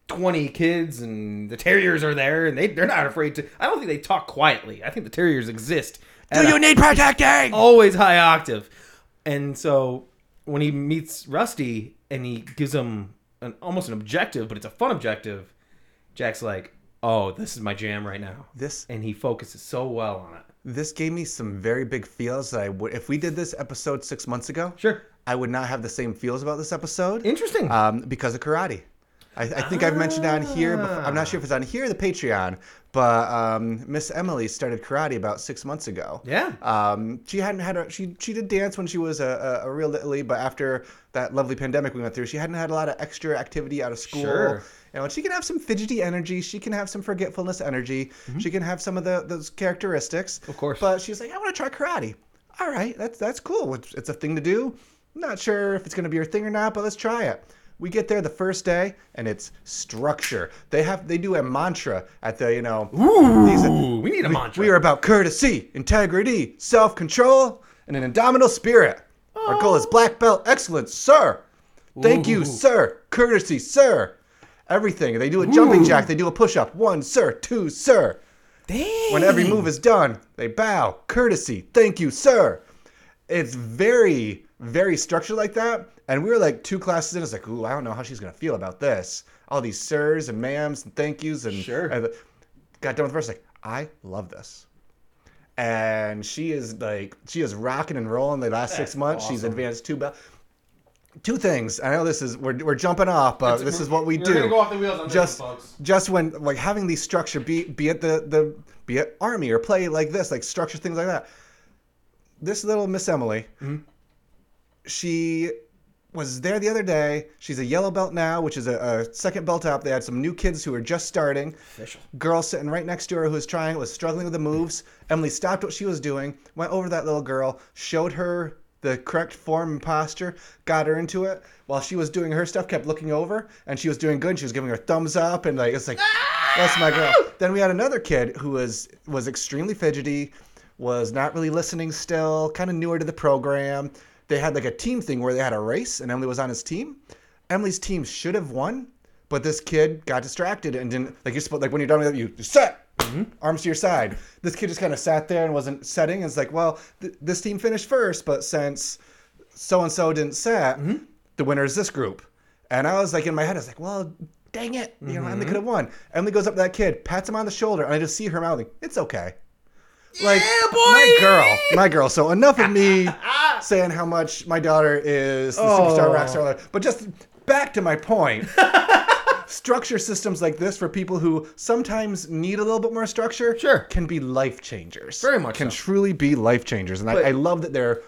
[SPEAKER 4] 20 kids and the terriers are there and they, they're not afraid to i don't think they talk quietly i think the terriers exist at
[SPEAKER 3] Do
[SPEAKER 4] a-
[SPEAKER 3] you need protecting?
[SPEAKER 4] always high octave and so when he meets rusty and he gives him an almost an objective but it's a fun objective jack's like oh this is my jam right now
[SPEAKER 3] This
[SPEAKER 4] and he focuses so well on it
[SPEAKER 3] this gave me some very big feels that I would. If we did this episode six months ago,
[SPEAKER 4] sure
[SPEAKER 3] I would not have the same feels about this episode.
[SPEAKER 4] interesting
[SPEAKER 3] um, because of karate. I, I think I've mentioned on here. Before, I'm not sure if it's on here or the Patreon, but um, Miss Emily started karate about six months ago.
[SPEAKER 4] Yeah.
[SPEAKER 3] Um, she hadn't had a, she she did dance when she was a, a, a real little lady, but after that lovely pandemic we went through, she hadn't had a lot of extra activity out of school.
[SPEAKER 4] Sure.
[SPEAKER 3] You know, and she can have some fidgety energy. She can have some forgetfulness energy. She can have some of the, those characteristics.
[SPEAKER 4] Mm-hmm. Of course.
[SPEAKER 3] But she's like, I want to try karate. All right, that's that's cool. It's, it's a thing to do. Not sure if it's going to be her thing or not, but let's try it. We get there the first day, and it's structure. They have they do a mantra at the you know. these-
[SPEAKER 4] Ooh, we need a mantra
[SPEAKER 3] we are about courtesy, integrity, self control, and an indomitable spirit. Our goal is black belt excellence, sir. Thank you, sir. Courtesy, sir. Everything. They do a jumping jack, they do a push up. One, sir. Two, sir.
[SPEAKER 4] Dang.
[SPEAKER 3] When every move is done, they bow. Courtesy, thank you, sir. It's very, very structured like that. And we were like two classes in. It's like, ooh, I don't know how she's gonna feel about this. All these sirs and ma'ams and thank yous and
[SPEAKER 4] Sure.
[SPEAKER 3] and got done with the first. Like, I love this. And she is like, she is rocking and rolling the last six months. She's advanced two belt. Two things. I know this is we're, we're jumping off, but this is what we
[SPEAKER 4] we're
[SPEAKER 3] do.
[SPEAKER 4] gonna go off the wheels on this
[SPEAKER 3] just
[SPEAKER 4] one, folks.
[SPEAKER 3] just when like having these structure be be it the the be it army or play like this like structure things like that this little miss emily she was there the other day she's a yellow belt now which is a, a second belt up they had some new kids who are just starting girl sitting right next to her who was trying was struggling with the moves emily stopped what she was doing went over to that little girl showed her the correct form and posture got her into it while she was doing her stuff kept looking over and she was doing good and she was giving her thumbs up and like it's like that's my girl then we had another kid who was was extremely fidgety was not really listening still kind of newer to the program they had like a team thing where they had a race and emily was on his team emily's team should have won but this kid got distracted and didn't like you're supposed like when you're done with it you set arms to your side. This kid just kind of sat there and wasn't setting. It's like, well, th- this team finished first, but since so and so didn't set, the winner is this group. And I was like, in my head, I was like, well, dang it, you know, Emily could have won. Emily goes up to that kid, pats him on the shoulder, and I just see her mouthing, "It's okay." Like my girl, my girl. So enough of me saying how much my daughter is the superstar
[SPEAKER 4] Oh.
[SPEAKER 3] rock star, but just back to my point structure systems like this for people who sometimes need a little bit more structure
[SPEAKER 4] Sure.
[SPEAKER 3] can be life changers.
[SPEAKER 4] Very much
[SPEAKER 3] Can
[SPEAKER 4] so.
[SPEAKER 3] truly be life changers. And
[SPEAKER 4] But-
[SPEAKER 3] I, I love that they're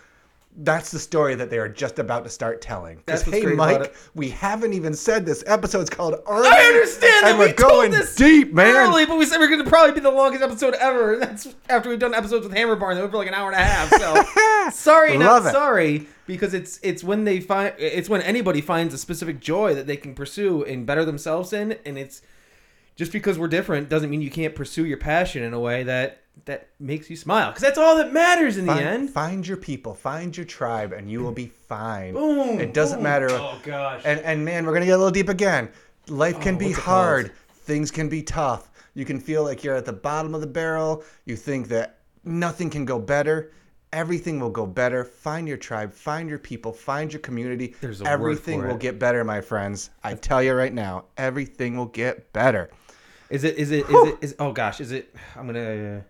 [SPEAKER 3] that's the story that they are just about to start telling. 'Cause,
[SPEAKER 4] That's what's
[SPEAKER 3] hey,
[SPEAKER 4] great about
[SPEAKER 3] Mike,
[SPEAKER 4] it.
[SPEAKER 3] we haven't even said this episode's called Army.
[SPEAKER 4] I understand that
[SPEAKER 3] and
[SPEAKER 4] we
[SPEAKER 3] are going
[SPEAKER 4] told this
[SPEAKER 3] deep, man.
[SPEAKER 4] early, but we said we're going to probably be the longest episode ever, and that's after we've done episodes with Hammer Barn that went for like an hour and a half.
[SPEAKER 3] (laughs)
[SPEAKER 4] So sorry,
[SPEAKER 3] Love
[SPEAKER 4] not
[SPEAKER 3] it.
[SPEAKER 4] sorry, because it's it's when they find it's when anybody finds a specific joy that they can pursue and better themselves in, and it's just because we're different doesn't mean you can't pursue your passion in a way that that makes you smile, because that's all that matters in the
[SPEAKER 3] Find-
[SPEAKER 4] end.
[SPEAKER 3] Find your people, find your tribe, and you will be fine.
[SPEAKER 4] Boom,
[SPEAKER 3] It doesn't
[SPEAKER 4] boom.
[SPEAKER 3] matter.
[SPEAKER 4] Oh, gosh.
[SPEAKER 3] And and man, we're gonna get a little deep again. Life can be
[SPEAKER 4] what's it called?
[SPEAKER 3] hard. Things can be tough. You can feel like you're at the bottom of the barrel. You think that nothing can go better. Everything will go better. Find your tribe. Find your people. Find your community.
[SPEAKER 4] There's a word
[SPEAKER 3] everything
[SPEAKER 4] for
[SPEAKER 3] will
[SPEAKER 4] it.
[SPEAKER 3] get better, my friends. I tell you right now, everything will get better.
[SPEAKER 4] Is it? Is it? Is it? Is oh gosh, is it? I'm gonna.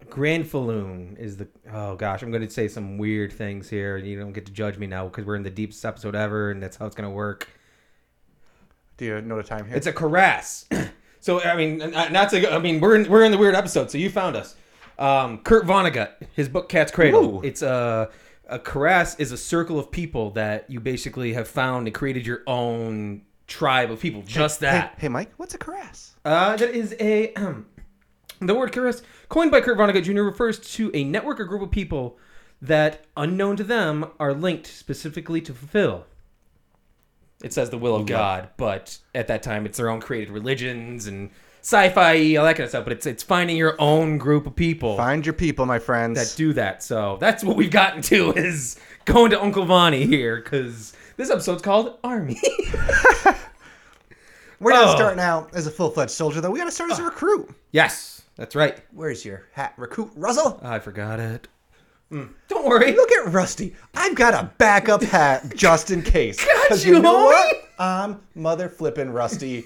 [SPEAKER 4] uh, Grand Falloon is the oh gosh I'm going to say some weird things here and you don't get to judge me now because we're in the deepest episode ever and that's how it's going to work.
[SPEAKER 3] Do you know the time here?
[SPEAKER 4] It's a caress. (clears throat) so I mean n- n- not to I mean we're in, we're in the weird episode so you found us. Um, Kurt Vonnegut his book Cat's Cradle.
[SPEAKER 3] Ooh.
[SPEAKER 4] It's a a caress is a circle of people that you basically have found and created your own tribe of people. Just
[SPEAKER 3] hey,
[SPEAKER 4] that.
[SPEAKER 3] hey, Mike, what's a caress?
[SPEAKER 4] Uh, that is a. (clears throat) the word caress, coined by Kurt Vonnegut Jr., refers to a network or group of people that, unknown to them, are linked specifically to fulfill. It says the will of God, but at that time it's their own created religions and sci-fi, all that kind of stuff. But it's it's finding your own group of people
[SPEAKER 3] Find your people, my friends.
[SPEAKER 4] that do that. So that's what we've gotten to (laughs) is going to Uncle Vonnie here because this episode's called Army. (laughs)
[SPEAKER 3] We're not
[SPEAKER 4] Oh.
[SPEAKER 3] starting out as a full fledged soldier, though. We got to start as a recruit.
[SPEAKER 4] yes, that's right.
[SPEAKER 3] Where's your hat, recruit Russell?
[SPEAKER 4] I forgot it. Mm. Don't worry.
[SPEAKER 3] Look at Rusty. I've got a backup hat just in case.
[SPEAKER 4] (laughs) Got
[SPEAKER 3] 'Cause
[SPEAKER 4] you, homie.
[SPEAKER 3] I'm mother flipping
[SPEAKER 4] (laughs)
[SPEAKER 3] Rusty.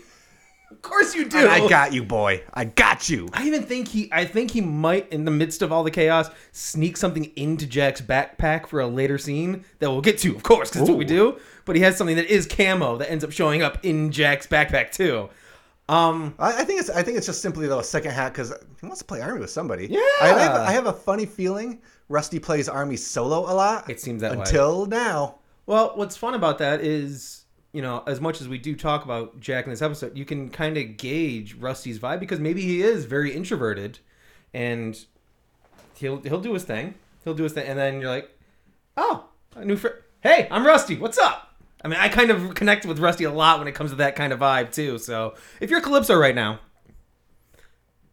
[SPEAKER 4] Of course you do.
[SPEAKER 3] And I got you, boy. I got you.
[SPEAKER 4] I even think he. I think he might, in the midst of all the chaos, sneak something into Jack's backpack for a later scene that we'll get to, of course, because that's what we do. But he has something that is camo that ends up showing up in Jack's backpack too. Um,
[SPEAKER 3] I, I think it's I think it's just simply though a second hat because he wants to play army with somebody.
[SPEAKER 4] Yeah.
[SPEAKER 3] I have, I have a funny feeling Rusty plays army solo a lot.
[SPEAKER 4] It seems that way.
[SPEAKER 3] until now.
[SPEAKER 4] well, what's fun about that is, you know, as much as we do talk about Jack in this episode, you can kind of gauge Rusty's vibe because maybe he is very introverted, and he'll he'll do his thing. He'll do his thing, and then you're like, oh, a new friend. Hey, I'm Rusty. What's up? I mean, I kind of connect with Rusty a lot when it comes to that kind of vibe too. So, if you're Calypso right now,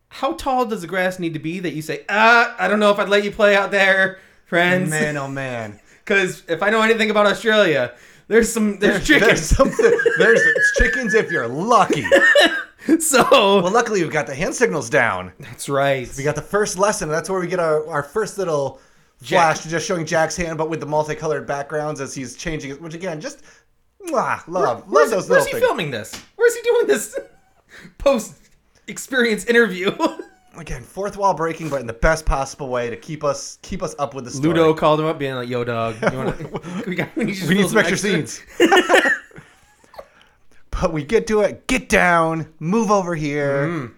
[SPEAKER 4] how tall does the grass need to be that you say, ah, I don't know if I'd let you play out there, friends?
[SPEAKER 3] Man, (laughs) oh man.
[SPEAKER 4] Because if I know anything about Australia, there's some there's chickens.
[SPEAKER 3] There's something. There's (laughs) it's chickens if you're lucky.
[SPEAKER 4] (laughs) so
[SPEAKER 3] Well, luckily we've got the hand signals down.
[SPEAKER 4] that's right.
[SPEAKER 3] We got the first lesson. and That's where we get our, our first little
[SPEAKER 4] Jack.
[SPEAKER 3] flash, just showing Jack's hand, but with the multicolored backgrounds as he's changing it. Which again, just mwah, love, love
[SPEAKER 4] Where's,
[SPEAKER 3] those little
[SPEAKER 4] where's he
[SPEAKER 3] things.
[SPEAKER 4] filming this? Where's he doing this (laughs) post experience interview? (laughs)
[SPEAKER 3] Again, fourth wall breaking, but in the best possible way to keep us keep us up with the story.
[SPEAKER 4] Ludo called him up, being like, "Yo, dog, you wanna, (laughs) we, got, we need, you to
[SPEAKER 3] we
[SPEAKER 4] fill
[SPEAKER 3] need some extra scenes. (laughs) but we get to it. Get down. Move over here.
[SPEAKER 4] Mm.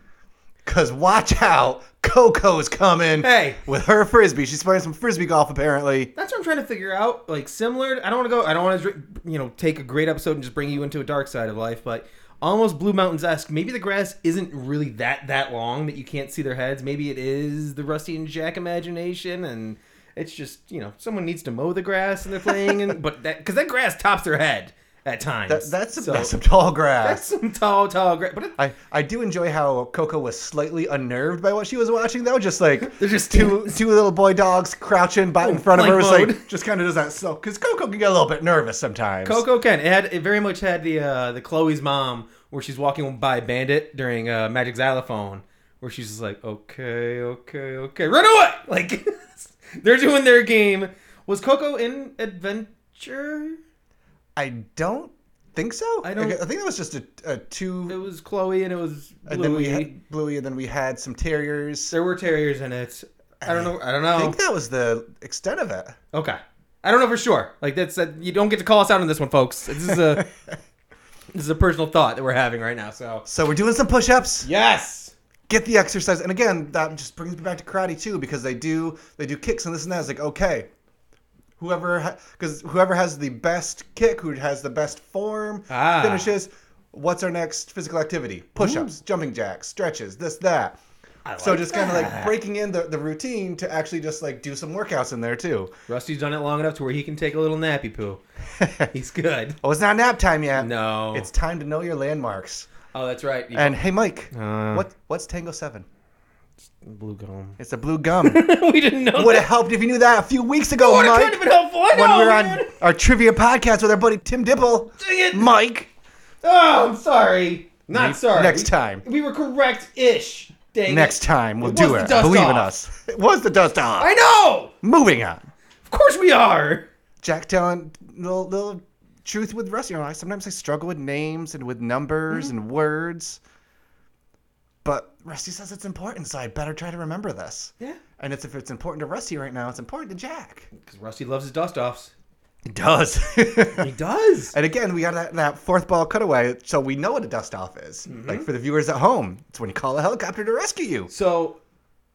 [SPEAKER 3] Cause watch out, Coco's coming.
[SPEAKER 4] Hey.
[SPEAKER 3] with her frisbee, she's playing some frisbee golf apparently.
[SPEAKER 4] That's what I'm trying to figure out. Like similar, I don't want to go. I don't want to, you know, take a great episode and just bring you into a dark side of life. But almost Blue Mountains esque. Maybe the grass isn't really that that long that you can't see their heads. Maybe it is the Rusty and Jack imagination, and it's just you know someone needs to mow the grass and they're playing. And but that because that grass tops their head, at times.
[SPEAKER 3] That, that's, some,
[SPEAKER 4] So,
[SPEAKER 3] that's some tall grass.
[SPEAKER 4] that's (laughs) some tall, tall. Gra- but it,
[SPEAKER 3] I, I do enjoy how Coco was slightly unnerved by what she was watching. That was just
[SPEAKER 4] (laughs)
[SPEAKER 3] like
[SPEAKER 4] They're just- Oh,
[SPEAKER 3] two two little boy dogs crouching by in front of her. It's
[SPEAKER 4] flank
[SPEAKER 3] like just kind of does that slow because Coco can get a little bit nervous sometimes.
[SPEAKER 4] Coco Ken. It had it very much had the uh, the Chloe's mom where she's walking by Bandit during uh, Magic Xylophone, where she's just like, okay, okay, okay, run away! (laughs) Like they're doing their game. Was Coco in Adventure?
[SPEAKER 3] I don't think so.
[SPEAKER 4] I don't-
[SPEAKER 3] I think that was just a, a two.
[SPEAKER 4] It was Chloe and it was Bluey.
[SPEAKER 3] and then we had Bluey, and then we had some terriers.
[SPEAKER 4] There were terriers in it. I don't know. I don't
[SPEAKER 3] I
[SPEAKER 4] know.
[SPEAKER 3] think that was the extent of it.
[SPEAKER 4] Okay. I don't know for sure. Like that's uh, you don't get to call us out on this one, folks. This
[SPEAKER 3] (laughs)
[SPEAKER 4] is a this is a personal thought that we're having right now. So
[SPEAKER 3] So we're doing some push-ups.
[SPEAKER 4] yes,
[SPEAKER 3] Get the exercise, and again, that just brings me back to karate too, because they do they do kicks and this and that. It's like okay, whoever because whoever has the best kick, who has the best form,
[SPEAKER 4] Ah.
[SPEAKER 3] finishes. What's our next physical activity? Push-ups, jumping jacks, stretches, this that.
[SPEAKER 4] I
[SPEAKER 3] so
[SPEAKER 4] like
[SPEAKER 3] just kind of like
[SPEAKER 4] that.
[SPEAKER 3] breaking in the, the routine to actually just like do some workouts in there too. (laughs)
[SPEAKER 4] Rusty's done it long enough to where he can take a little nappy poo. He's good.
[SPEAKER 3] Oh, it's not nap time yet.
[SPEAKER 4] No.
[SPEAKER 3] It's time to know your landmarks.
[SPEAKER 4] oh, that's right. You-
[SPEAKER 3] And hey, Mike,
[SPEAKER 4] Uh.
[SPEAKER 3] what what's Tango Seven? (laughs)
[SPEAKER 4] blue gum.
[SPEAKER 3] It's a blue gum.
[SPEAKER 4] we didn't know.
[SPEAKER 3] Would
[SPEAKER 4] What
[SPEAKER 3] have helped if you knew that a few weeks ago,
[SPEAKER 4] would
[SPEAKER 3] Mike.
[SPEAKER 4] have been helpful. I
[SPEAKER 3] (laughs)
[SPEAKER 4] know,
[SPEAKER 3] when we were
[SPEAKER 4] man.
[SPEAKER 3] on our trivia podcast with our buddy Tim Dipple.
[SPEAKER 4] Dang it.
[SPEAKER 3] Mike,
[SPEAKER 4] Oh, I'm sorry. Not sorry.
[SPEAKER 3] next
[SPEAKER 4] We-
[SPEAKER 3] time.
[SPEAKER 4] We were correct ish. Dang.
[SPEAKER 3] next
[SPEAKER 4] it.
[SPEAKER 3] time we'll
[SPEAKER 4] It
[SPEAKER 3] do
[SPEAKER 4] was
[SPEAKER 3] it.
[SPEAKER 4] the dust
[SPEAKER 3] Believe in
[SPEAKER 4] off.
[SPEAKER 3] us. It was the dust off.
[SPEAKER 4] I know.
[SPEAKER 3] Moving on.
[SPEAKER 4] Of course we are.
[SPEAKER 3] Jack telling little little truth with Rusty. You know, I sometimes I struggle with names and with numbers
[SPEAKER 4] Mm-hmm.
[SPEAKER 3] and words. But Rusty says it's important, so I better try to remember this.
[SPEAKER 4] Yeah.
[SPEAKER 3] And it's if it's important to Rusty right now, it's important to Jack.
[SPEAKER 4] Because Rusty loves his dust offs.
[SPEAKER 3] It does.
[SPEAKER 4] He does.
[SPEAKER 3] (laughs) and again, we got that, that fourth ball cutaway, so we know what a dust off is. Like for the viewers at home, it's when you call a helicopter to rescue you.
[SPEAKER 4] So,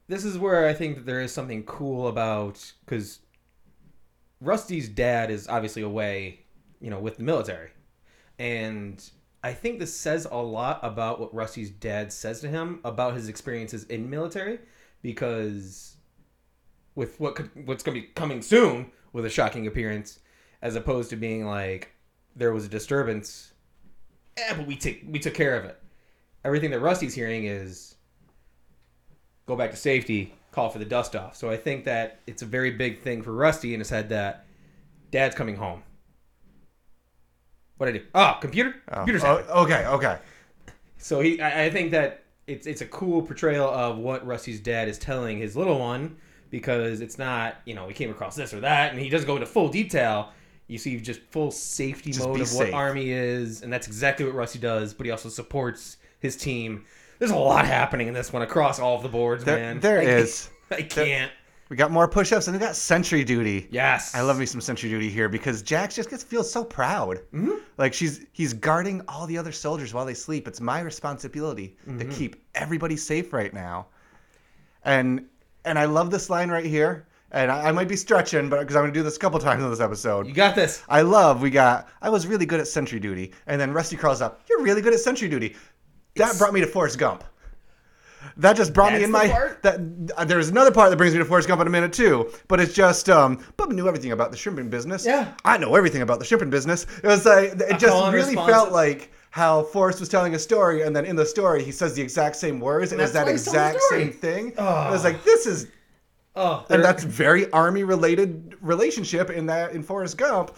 [SPEAKER 4] this is where I think that there is something cool about because Rusty's dad is obviously away, you know, with the military, and I think this says a lot about what Rusty's dad says to him about his experiences in military, because with what could, what's going to be coming soon with a shocking appearance, as opposed to being like there was a disturbance, eh, but we take we took care of it. Everything that Rusty's hearing is go back to safety, call for the dust off. So I think that it's a very big thing for Rusty in his head that dad's coming home. What I do? Oh, computer. Computer's
[SPEAKER 3] Oh,
[SPEAKER 4] happening.
[SPEAKER 3] okay, okay.
[SPEAKER 4] So he, I, I think that it's it's a cool portrayal of what Rusty's dad is telling his little one because it's not you know we came across this or that and he doesn't go into full detail. You see just full safety
[SPEAKER 3] Just
[SPEAKER 4] mode
[SPEAKER 3] be
[SPEAKER 4] of what
[SPEAKER 3] safe.
[SPEAKER 4] army is, and that's exactly what Rusty does. But he also supports his team. There's a lot happening in this one across all of the boards,
[SPEAKER 3] There-
[SPEAKER 4] man.
[SPEAKER 3] there
[SPEAKER 4] I can't-
[SPEAKER 3] is.
[SPEAKER 4] (laughs) I can't.
[SPEAKER 3] We got more push ups and we got sentry duty.
[SPEAKER 4] Yes.
[SPEAKER 3] I love me some sentry duty here because Jax just gets feels so proud. Like she's he's guarding all the other soldiers while they sleep. It's my responsibility to keep everybody safe right now. And and I love this line right here. And I, I might be stretching, but because I'm gonna do this a couple times on this episode.
[SPEAKER 4] You got this.
[SPEAKER 3] I love we got I was really good at sentry duty. And then Rusty crawls up, You're really good at sentry duty. That brought me to Forrest Gump. That just brought me
[SPEAKER 4] That's
[SPEAKER 3] in
[SPEAKER 4] the
[SPEAKER 3] my
[SPEAKER 4] part?
[SPEAKER 3] that uh, there's another part that brings me to Forrest Gump in a minute too. But it's just um Bubba knew everything about the shrimping business.
[SPEAKER 4] Yeah.
[SPEAKER 3] I know everything about the shrimping business. It was like it
[SPEAKER 4] call
[SPEAKER 3] just
[SPEAKER 4] and
[SPEAKER 3] really
[SPEAKER 4] response.
[SPEAKER 3] felt like how Forrest was telling a story and then in the story he says the exact same words. It was
[SPEAKER 4] That's
[SPEAKER 3] that
[SPEAKER 4] why he's telling the
[SPEAKER 3] exact
[SPEAKER 4] story.
[SPEAKER 3] same thing.
[SPEAKER 4] Ah.
[SPEAKER 3] It was like this is
[SPEAKER 4] Oh,
[SPEAKER 3] and
[SPEAKER 4] there-
[SPEAKER 3] that's very army related relationship in that in Forrest Gump.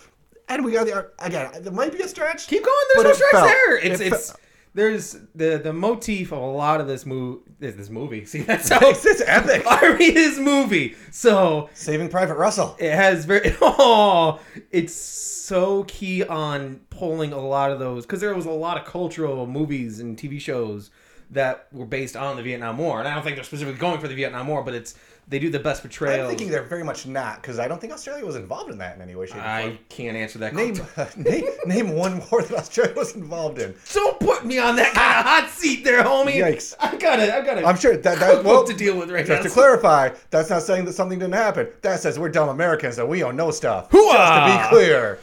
[SPEAKER 3] And we got the ar- again. It might be a stretch.
[SPEAKER 4] Keep going. There's
[SPEAKER 3] but
[SPEAKER 4] no
[SPEAKER 3] it
[SPEAKER 4] stretch
[SPEAKER 3] felt-
[SPEAKER 4] there. It's
[SPEAKER 3] it
[SPEAKER 4] it's
[SPEAKER 3] felt-
[SPEAKER 4] there's the the motif of a lot of this movie. This movie. (laughs)
[SPEAKER 3] (laughs)
[SPEAKER 4] See, that's how
[SPEAKER 3] It's, it's
[SPEAKER 4] (laughs)
[SPEAKER 3] epic.
[SPEAKER 4] Army is movie. So
[SPEAKER 3] Saving Private Russell.
[SPEAKER 4] it has very (laughs) oh it's so key on pulling a lot of those because there was a lot of cultural movies and tv shows that were based on the vietnam war and i don't think they're specifically going for the vietnam war but it's they do the best portrayal
[SPEAKER 3] I'm thinking they're very much not because I don't think Australia was involved in that in any way, shape, or form.
[SPEAKER 4] i can't answer that
[SPEAKER 3] Name, (laughs)
[SPEAKER 4] question.
[SPEAKER 3] name, name one war that Australia was involved in.
[SPEAKER 4] don't put me on
[SPEAKER 3] (laughs)
[SPEAKER 4] that kind of hot seat there homie
[SPEAKER 3] Yikes.
[SPEAKER 4] i gotta (laughs) i gotta
[SPEAKER 3] I'm sure that
[SPEAKER 4] cookbook
[SPEAKER 3] that well,
[SPEAKER 4] to deal with right
[SPEAKER 3] Just
[SPEAKER 4] now
[SPEAKER 3] to clarify, that's not saying that something didn't happen. That says we're dumb Americans and we don't know stuff.
[SPEAKER 4] Hooah!
[SPEAKER 3] Just to be clear.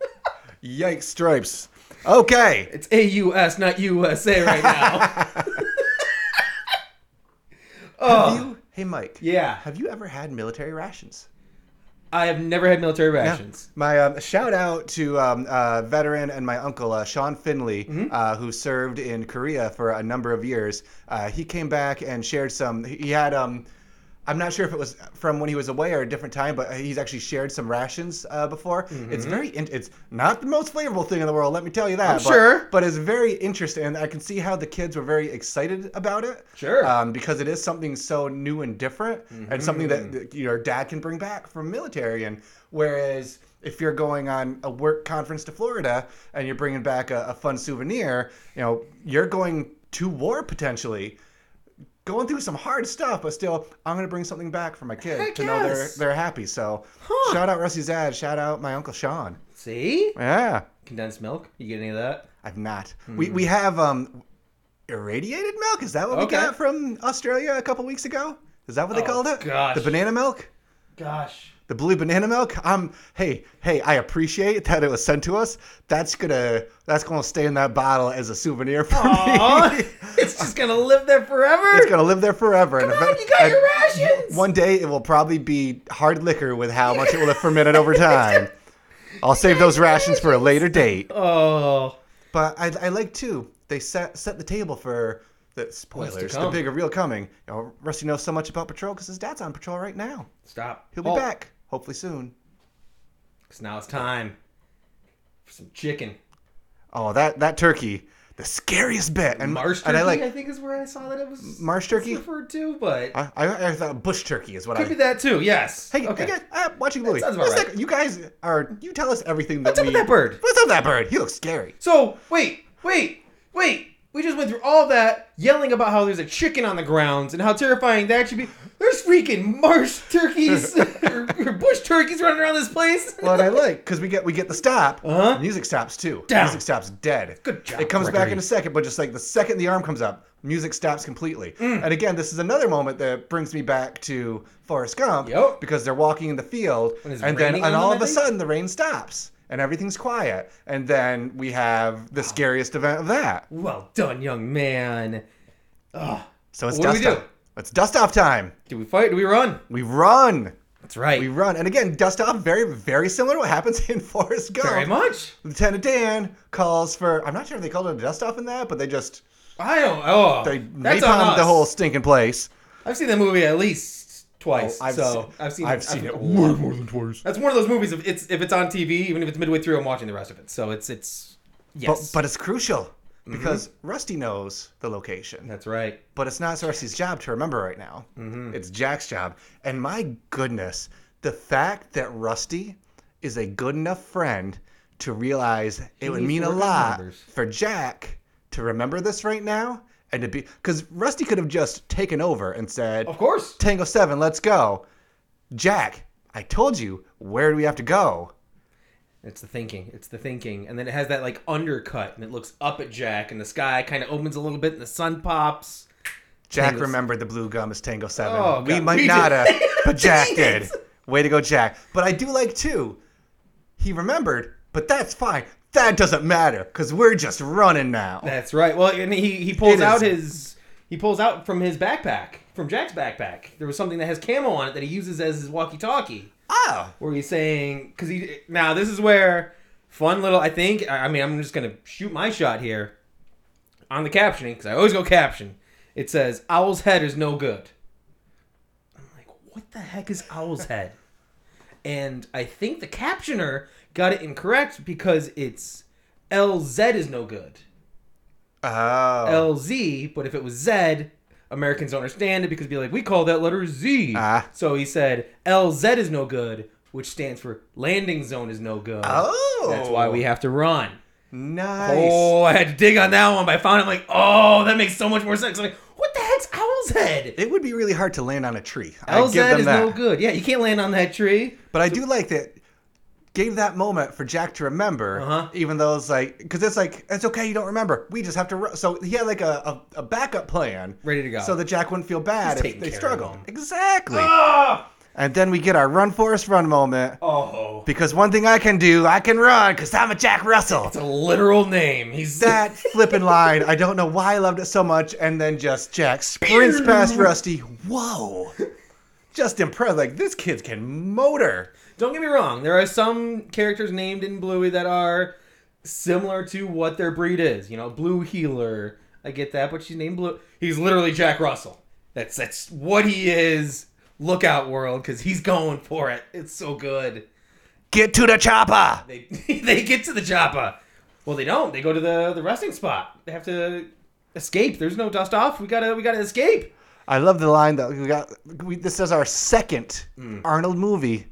[SPEAKER 3] (laughs) Yikes, stripes. Okay.
[SPEAKER 4] It's AUS, not USA right now.
[SPEAKER 3] (laughs)
[SPEAKER 4] (laughs) Oh,
[SPEAKER 3] Have you, hey Mike.
[SPEAKER 4] Yeah.
[SPEAKER 3] Uh, Have you ever had military rations?
[SPEAKER 4] I have never had military rations.
[SPEAKER 3] My um, shout out to um, uh, veteran and my uncle uh, Sean Finley,
[SPEAKER 4] Mm-hmm.
[SPEAKER 3] uh, who served in Korea for a number of years. Uh, he came back and shared some. He had um, I'm not sure if it was from when he was away or a different time, but he's actually shared some rations uh, before. It's very. In- it's not the most flavorful thing in the world, let me tell you that.
[SPEAKER 4] Mm-hmm. I'm
[SPEAKER 3] but-
[SPEAKER 4] sure.
[SPEAKER 3] but it's very interesting, and I can see how the kids were very excited about it.
[SPEAKER 4] Sure.
[SPEAKER 3] Um, because it is something so new and different, and something
[SPEAKER 4] Mm-hmm.
[SPEAKER 3] that that your dad can bring back from military. And whereas if you're going on a work conference to Florida and you're bringing back a, a fun souvenir, you know you're going to war potentially. Going through some hard stuff, but still, I'm gonna bring something back for my kid
[SPEAKER 4] Heck
[SPEAKER 3] to know they're
[SPEAKER 4] yes.
[SPEAKER 3] they're happy. So, shout out Rusty's dad, shout out my uncle Sean.
[SPEAKER 4] See?
[SPEAKER 3] Yeah.
[SPEAKER 4] Condensed milk. You get any of that?
[SPEAKER 3] I've not.
[SPEAKER 4] Hmm.
[SPEAKER 3] We we have um irradiated milk. Is that what we
[SPEAKER 4] Okay.
[SPEAKER 3] got from Australia a couple weeks ago? Is that what they
[SPEAKER 4] Oh,
[SPEAKER 3] called it?
[SPEAKER 4] gosh.
[SPEAKER 3] The banana milk.
[SPEAKER 4] Gosh.
[SPEAKER 3] The blue banana milk. Um, hey, hey, I appreciate that it was sent to us. That's gonna that's gonna stay in that bottle as a souvenir for
[SPEAKER 4] Aw,
[SPEAKER 3] me.
[SPEAKER 4] (laughs) it's just gonna live there forever.
[SPEAKER 3] (laughs) It's gonna live there forever.
[SPEAKER 4] Come
[SPEAKER 3] and if
[SPEAKER 4] on,
[SPEAKER 3] it-
[SPEAKER 4] you got
[SPEAKER 3] and
[SPEAKER 4] your rations.
[SPEAKER 3] One day it will probably be hard liquor with how much it will have fermented over time.
[SPEAKER 4] (laughs)
[SPEAKER 3] I'll save those rations for a later date.
[SPEAKER 4] Oh,
[SPEAKER 3] But I, I like too. They set set the table for the spoilers, the
[SPEAKER 4] come.
[SPEAKER 3] big reveal coming. You know, Rusty knows so much about patrol because his dad's on patrol right now.
[SPEAKER 4] stop.
[SPEAKER 3] He'll be
[SPEAKER 4] Halt.
[SPEAKER 3] back hopefully soon.
[SPEAKER 4] Cause now it's time for some chicken.
[SPEAKER 3] Oh, that that turkey, the scariest bit. And
[SPEAKER 4] Marsh turkey,
[SPEAKER 3] and
[SPEAKER 4] I,
[SPEAKER 3] I like
[SPEAKER 4] think, is where I saw that it was
[SPEAKER 3] Marsh turkey?
[SPEAKER 4] referred to, but
[SPEAKER 3] I, I, I thought bush turkey is what
[SPEAKER 4] could be
[SPEAKER 3] I.
[SPEAKER 4] that too. Yes.
[SPEAKER 3] Hey, hey guys, uh, watching Louis.
[SPEAKER 4] sounds about
[SPEAKER 3] what's
[SPEAKER 4] right.
[SPEAKER 3] that- you guys are you tell us everything that
[SPEAKER 4] What's up
[SPEAKER 3] we.
[SPEAKER 4] with that bird?
[SPEAKER 3] What's up with that bird? He looks scary.
[SPEAKER 4] So wait, wait, wait. We just went through all that yelling about how there's a chicken on the grounds and how terrifying that should be. There's freaking marsh
[SPEAKER 3] (laughs)
[SPEAKER 4] turkeys or, or bush turkeys running around this place.
[SPEAKER 3] Well, and I like because we get we get the stop.
[SPEAKER 4] Uh-huh.
[SPEAKER 3] Music stops too.
[SPEAKER 4] Down.
[SPEAKER 3] Music stops dead.
[SPEAKER 4] Good job,
[SPEAKER 3] It comes back in
[SPEAKER 4] Gregory.
[SPEAKER 3] a second, but just like the second the arm comes up, music stops completely.
[SPEAKER 4] Mm.
[SPEAKER 3] And again, this is another moment that brings me back to Forrest Gump
[SPEAKER 4] Yep.
[SPEAKER 3] because they're walking in the field,
[SPEAKER 4] And it's
[SPEAKER 3] and then
[SPEAKER 4] raining
[SPEAKER 3] and
[SPEAKER 4] on
[SPEAKER 3] all
[SPEAKER 4] them,
[SPEAKER 3] of a
[SPEAKER 4] I think?
[SPEAKER 3] sudden the rain stops and everything's quiet, and then we have the scariest event of that.
[SPEAKER 4] well done, young man. Ugh.
[SPEAKER 3] So it's
[SPEAKER 4] What do
[SPEAKER 3] dust
[SPEAKER 4] we do?
[SPEAKER 3] off. It's dust off time.
[SPEAKER 4] Do we fight? Do we run?
[SPEAKER 3] We run.
[SPEAKER 4] That's right.
[SPEAKER 3] We run. And again, dust off very very similar to what happens (laughs) in Forrest Gump.
[SPEAKER 4] Very much.
[SPEAKER 3] Lieutenant Dan calls for. I'm not sure if they called it a dust off in that, but they just
[SPEAKER 4] I don't. Oh,
[SPEAKER 3] they
[SPEAKER 4] that's on
[SPEAKER 3] napalmed
[SPEAKER 4] us.
[SPEAKER 3] the whole stinking place.
[SPEAKER 4] I've seen that movie at least twice.
[SPEAKER 3] Oh, I've
[SPEAKER 4] so
[SPEAKER 3] seen-
[SPEAKER 4] I've seen.
[SPEAKER 3] I've seen it
[SPEAKER 4] way more than twice. That's one of those movies. If it's if it's on TV, even if it's midway through, I'm watching the rest of it. So it's it's. Yes. Mm-hmm.
[SPEAKER 3] But but it's crucial because Rusty knows the location,
[SPEAKER 4] that's right.
[SPEAKER 3] but it's not Rusty's job to remember right now.
[SPEAKER 4] Mm-hmm.
[SPEAKER 3] It's Jack's job. And my goodness, the fact that Rusty is a good enough friend to realize it would
[SPEAKER 4] needs
[SPEAKER 3] mean
[SPEAKER 4] to
[SPEAKER 3] a
[SPEAKER 4] work on
[SPEAKER 3] lot
[SPEAKER 4] numbers.
[SPEAKER 3] for Jack to remember this right now and to be because Rusty could have just taken over and said,
[SPEAKER 4] Of course.
[SPEAKER 3] Tango 7, let's go. Jack, I told you, where do we have to go?
[SPEAKER 4] It's the thinking. It's the thinking. And then it has that like undercut and it looks up at Jack and the sky kind of opens a little bit and the sun pops.
[SPEAKER 3] Jack
[SPEAKER 4] Tango-
[SPEAKER 3] remembered the blue gum as Tango 7.
[SPEAKER 4] Oh,
[SPEAKER 3] we
[SPEAKER 4] God,
[SPEAKER 3] might
[SPEAKER 4] we
[SPEAKER 3] not
[SPEAKER 4] did. (laughs)
[SPEAKER 3] have, but Jack did.
[SPEAKER 4] Jeez.
[SPEAKER 3] Way to go, Jack. But I do like, too, he remembered, but that's fine. That doesn't matter because we're just running now.
[SPEAKER 4] That's right. Well, and he he pulls
[SPEAKER 3] It
[SPEAKER 4] out
[SPEAKER 3] is-
[SPEAKER 4] his he pulls out from his backpack, from Jack's backpack. There was something that has camo on it that he uses as his walkie-talkie.
[SPEAKER 3] oh,
[SPEAKER 4] where he's saying because he now this is where fun little I think I I mean I'm just gonna shoot my shot here on the captioning because I always go caption. It says Owl's head is no good. I'm like, what the heck is Owl's head? And I think the captioner got it incorrect because it's LZ is no good.
[SPEAKER 3] oh,
[SPEAKER 4] LZ, but if it was Z, Americans don't understand it because it'd be like, we call that letter Z.
[SPEAKER 3] Ah.
[SPEAKER 4] So he said, LZ is no good, which stands for landing zone is no good.
[SPEAKER 3] oh.
[SPEAKER 4] That's why we have to run.
[SPEAKER 3] nice.
[SPEAKER 4] Oh, I had to dig on that one, but I found it. I'm like, oh, that makes so much more sense. I'm like, what the heck's Owl's head?
[SPEAKER 3] It would be really hard to land on a tree. I give
[SPEAKER 4] LZ
[SPEAKER 3] them
[SPEAKER 4] is
[SPEAKER 3] that.
[SPEAKER 4] no good. Yeah, you can't land on that tree.
[SPEAKER 3] But I do like that gave that moment for Jack to remember,
[SPEAKER 4] Uh-huh.
[SPEAKER 3] even though it's like, because it's like, it's okay, you don't remember. We just have to. Ru-. So he had like a, a, a backup plan.
[SPEAKER 4] Ready to go.
[SPEAKER 3] So that Jack wouldn't feel bad
[SPEAKER 4] He's
[SPEAKER 3] if
[SPEAKER 4] taking
[SPEAKER 3] they
[SPEAKER 4] care of
[SPEAKER 3] struggled.
[SPEAKER 4] him.
[SPEAKER 3] Exactly. Ah!
[SPEAKER 4] Oh,
[SPEAKER 3] And then we get our run, Forrest, run moment.
[SPEAKER 4] oh.
[SPEAKER 3] Because one thing I can do, I can run, because I'm a Jack Russell.
[SPEAKER 4] It's a literal name. He's
[SPEAKER 3] That flippin' line, I don't know why I loved it so much. And then just Jack sprints past Rusty. Whoa. Just impressed. Like, this kid can motor.
[SPEAKER 4] Don't get me wrong, there are some characters named in Bluey that are similar to what their breed is. You know, Blue Healer. I get that, but she's named Blue. He's literally Jack Russell. That's that's what he is. Look out, world, because he's going for it. It's so good.
[SPEAKER 3] Get to the chopper.
[SPEAKER 4] They (laughs) they get to the chopper. Well, they don't. They go to the the resting spot. They have to escape. There's no dust off. We gotta we gotta escape.
[SPEAKER 3] I love the line that we got. We, this is our second
[SPEAKER 4] Mm.
[SPEAKER 3] Arnold movie,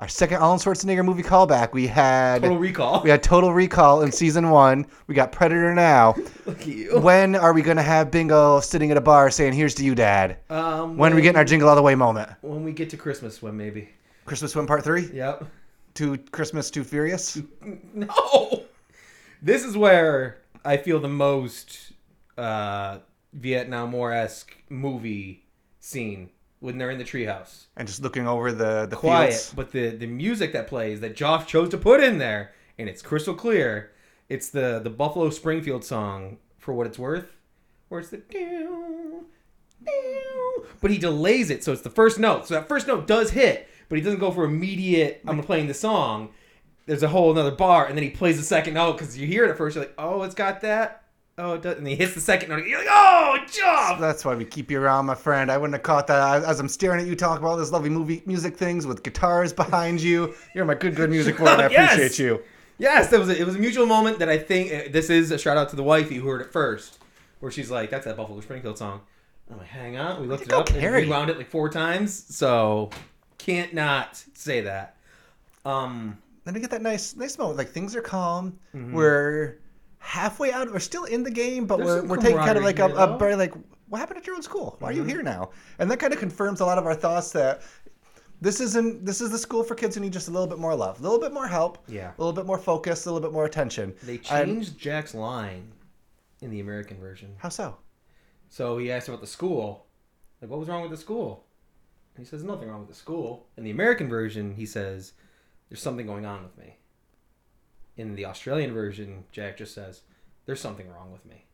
[SPEAKER 3] our second Arnold Schwarzenegger movie callback. We had
[SPEAKER 4] Total recall. (laughs)
[SPEAKER 3] we had Total Recall in season one. We got Predator
[SPEAKER 4] (laughs)
[SPEAKER 3] now.
[SPEAKER 4] Fuck you.
[SPEAKER 3] when are we gonna have Bingo sitting at a bar saying, "Here's to you, Dad"?
[SPEAKER 4] Um,
[SPEAKER 3] when are we getting our jingle all the way moment?
[SPEAKER 4] when we get to Christmas when maybe.
[SPEAKER 3] Christmas Swim Part Three.
[SPEAKER 4] Yep.
[SPEAKER 3] Two Christmas, Too Furious.
[SPEAKER 4] (laughs) No. This is where I feel the most uh, Vietnam War esque movie scene when they're in the treehouse.
[SPEAKER 3] and just looking over the the
[SPEAKER 4] Quiet,
[SPEAKER 3] fields.
[SPEAKER 4] but the the music that plays that Joff chose to put in there, and it's crystal clear. It's the the Buffalo Springfield song for what it's worth. Where it's the doo, doo. but he delays it, so it's the first note. So that first note does hit, but he doesn't go for immediate. I'm playing the song. There's a whole another bar, and then he plays the second note because you hear it at first. You're like, oh, it's got that. Oh, it does. And he hits the second note. You're like, oh, Joff.
[SPEAKER 3] That's why we keep you around, my friend. I wouldn't have caught that as I'm staring at you talking about all this lovely movie music things with guitars behind you. You're my good good music boy. and I
[SPEAKER 4] (laughs) Yes!
[SPEAKER 3] appreciate you.
[SPEAKER 4] Yes, that was a, it was a mutual moment that I think uh, this is a shout out to the wifey who heard it first, where she's like, "That's that Buffalo Springfield song." I'm like, "Hang on," we looked it
[SPEAKER 3] go
[SPEAKER 4] up, and
[SPEAKER 3] Carrie.
[SPEAKER 4] we wound it like four times, so can't not say that. Um,
[SPEAKER 3] Then we get that nice nice moment. Like things are calm. We're halfway out. We're still in the game, but
[SPEAKER 4] Mm-hmm. There's
[SPEAKER 3] we're
[SPEAKER 4] some
[SPEAKER 3] we're taking kind of
[SPEAKER 4] camaraderie
[SPEAKER 3] like a,
[SPEAKER 4] here,
[SPEAKER 3] a
[SPEAKER 4] though. Mm-hmm.
[SPEAKER 3] break. Like what happened at your old school? Why are you here now? And that kind of confirms a lot of our thoughts that. This isn't. This is the school for kids who need just a little bit more love, a little bit more help,
[SPEAKER 4] Yeah.
[SPEAKER 3] a little bit more focus, a little bit more attention.
[SPEAKER 4] they
[SPEAKER 3] And-
[SPEAKER 4] changed Jack's line in the American version,
[SPEAKER 3] How so?
[SPEAKER 4] so he asked about the school, like, "What was wrong with the school?" And he says, "Nothing wrong with the school." In the American version, he says, "There's something going on with me." In the Australian version, Jack just says, "There's something wrong with me."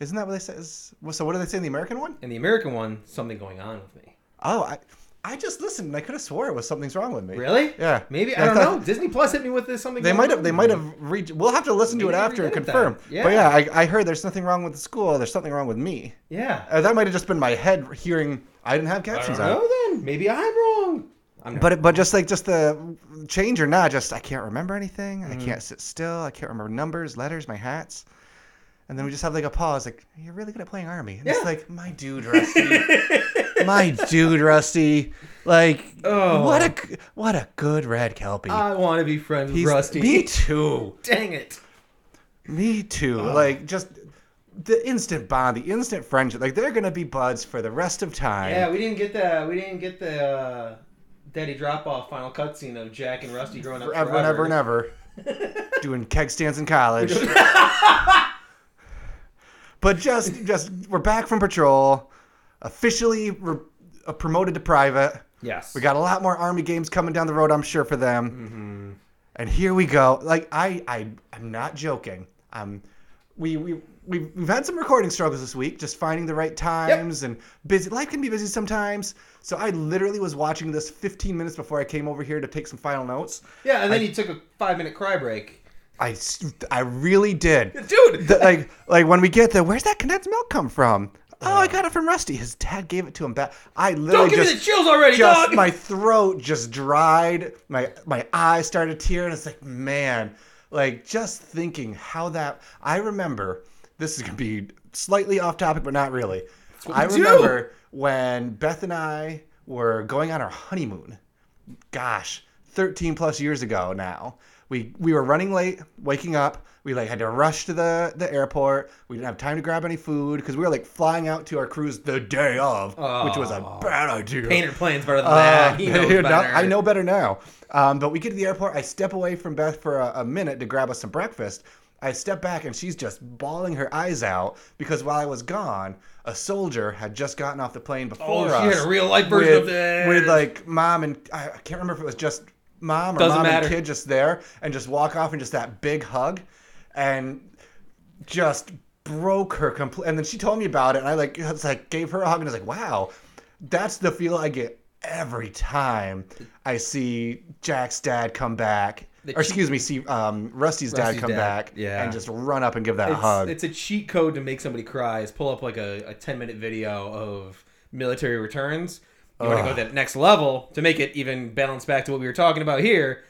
[SPEAKER 3] Isn't that what they say? Is, well, so what do they say in the American one?
[SPEAKER 4] In the American one, something going on with me.
[SPEAKER 3] Oh, I, I just listened. and I could have swore it was something's wrong with me.
[SPEAKER 4] Really?
[SPEAKER 3] Yeah.
[SPEAKER 4] Maybe
[SPEAKER 3] I
[SPEAKER 4] I don't
[SPEAKER 3] thought-
[SPEAKER 4] know. Disney Plus hit me with this something.
[SPEAKER 3] They
[SPEAKER 4] going
[SPEAKER 3] might
[SPEAKER 4] on
[SPEAKER 3] have. They
[SPEAKER 4] with
[SPEAKER 3] might
[SPEAKER 4] me.
[SPEAKER 3] have. Re- we'll have to listen to it
[SPEAKER 4] Maybe they
[SPEAKER 3] after and
[SPEAKER 4] redid it
[SPEAKER 3] confirm.
[SPEAKER 4] then.
[SPEAKER 3] But yeah,
[SPEAKER 4] Yeah.
[SPEAKER 3] I, I heard there's nothing wrong with the school. There's something wrong with me.
[SPEAKER 4] Yeah.
[SPEAKER 3] Uh, that might have just been my head hearing. I didn't have
[SPEAKER 4] I
[SPEAKER 3] captions
[SPEAKER 4] don't
[SPEAKER 3] on.
[SPEAKER 4] know then. Maybe I'm wrong. I'm not.
[SPEAKER 3] But it- but just like just the change or not, just I can't remember anything.
[SPEAKER 4] Mm.
[SPEAKER 3] I can't sit still. I can't remember numbers, letters, my hats. And then we just have like a pause. Like you're really good at playing army. And it's
[SPEAKER 4] Yeah.
[SPEAKER 3] like my dude, Rusty. my dude, Rusty. Like
[SPEAKER 4] Oh.
[SPEAKER 3] what a g- what a good red kelpie.
[SPEAKER 4] (laughs) I want to be friends with
[SPEAKER 3] He's-
[SPEAKER 4] Rusty.
[SPEAKER 3] Me too.
[SPEAKER 4] Dang it.
[SPEAKER 3] Me too. Like just the instant bond, the instant friendship. Like they're gonna be buds for the rest of time.
[SPEAKER 4] Yeah, we didn't get the we didn't get the uh, Daddy Drop Off final cutscene of Jack and Rusty growing up
[SPEAKER 3] forever and ever and ever.
[SPEAKER 4] (laughs)
[SPEAKER 3] Doing keg stands in college. but just just we're back from patrol, officially re- uh, promoted to private.
[SPEAKER 4] Yes.
[SPEAKER 3] We got a lot more army games coming down the road, I'm sure for them.
[SPEAKER 4] Mm-hmm.
[SPEAKER 3] And here we go. Like I, I, I'm not joking. Um, we we. We've, we've had some recording struggles this week, just finding the right times and busy. Life can be busy sometimes. So I literally was watching this 15 minutes before I came over here to take some final notes.
[SPEAKER 4] Yeah, and then he took a five minute cry break.
[SPEAKER 3] I, s- I really did.
[SPEAKER 4] Dude.
[SPEAKER 3] The- like (laughs) like when we get there, where's that condensed milk come from? Oh, I got it from Rusty. His dad gave it to him back. I literally
[SPEAKER 4] don't give
[SPEAKER 3] just
[SPEAKER 4] me the chills already,
[SPEAKER 3] just
[SPEAKER 4] dog.
[SPEAKER 3] my throat just dried my my eyes started tearing it's like man like just thinking how that i remember this is gonna be slightly off topic but not really i
[SPEAKER 4] we do.
[SPEAKER 3] remember when beth and i were going on our honeymoon gosh 13 plus years ago now we we were running late waking up we like had to rush to the the airport we didn't have time to grab any food because we were like flying out to our cruise the day of which was a bad idea
[SPEAKER 4] Painter plans better than
[SPEAKER 3] uh, (laughs)
[SPEAKER 4] that. He knows
[SPEAKER 3] no,
[SPEAKER 4] better.
[SPEAKER 3] I know better now. Um, but we get to the airport. I step away from Beth for a, a minute to grab us some breakfast. I step back and she's just bawling her eyes out because while I was gone, a soldier had just gotten off the plane before
[SPEAKER 4] Oh,
[SPEAKER 3] us.
[SPEAKER 4] she had a real life version
[SPEAKER 3] with,
[SPEAKER 4] of this.
[SPEAKER 3] with like mom and I, I can't remember if it was just mom or
[SPEAKER 4] Doesn't
[SPEAKER 3] mom
[SPEAKER 4] matter.
[SPEAKER 3] and kid just there and just walk off and just that big hug and just broke her complete. And then she told me about it, and I like, it's like gave her a hug, and I was like, wow, that's the feel I get every time I see Jack's dad come back, or excuse me, see um, Rusty's, dad
[SPEAKER 4] Rusty's
[SPEAKER 3] come
[SPEAKER 4] dad,
[SPEAKER 3] back
[SPEAKER 4] yeah.
[SPEAKER 3] and just run up and give that
[SPEAKER 4] It's,
[SPEAKER 3] hug.
[SPEAKER 4] it's a cheat code to make somebody cry. Is pull up like a, a ten minute video of military returns. You want to go to that next level to make it even balance back to what we were talking about here.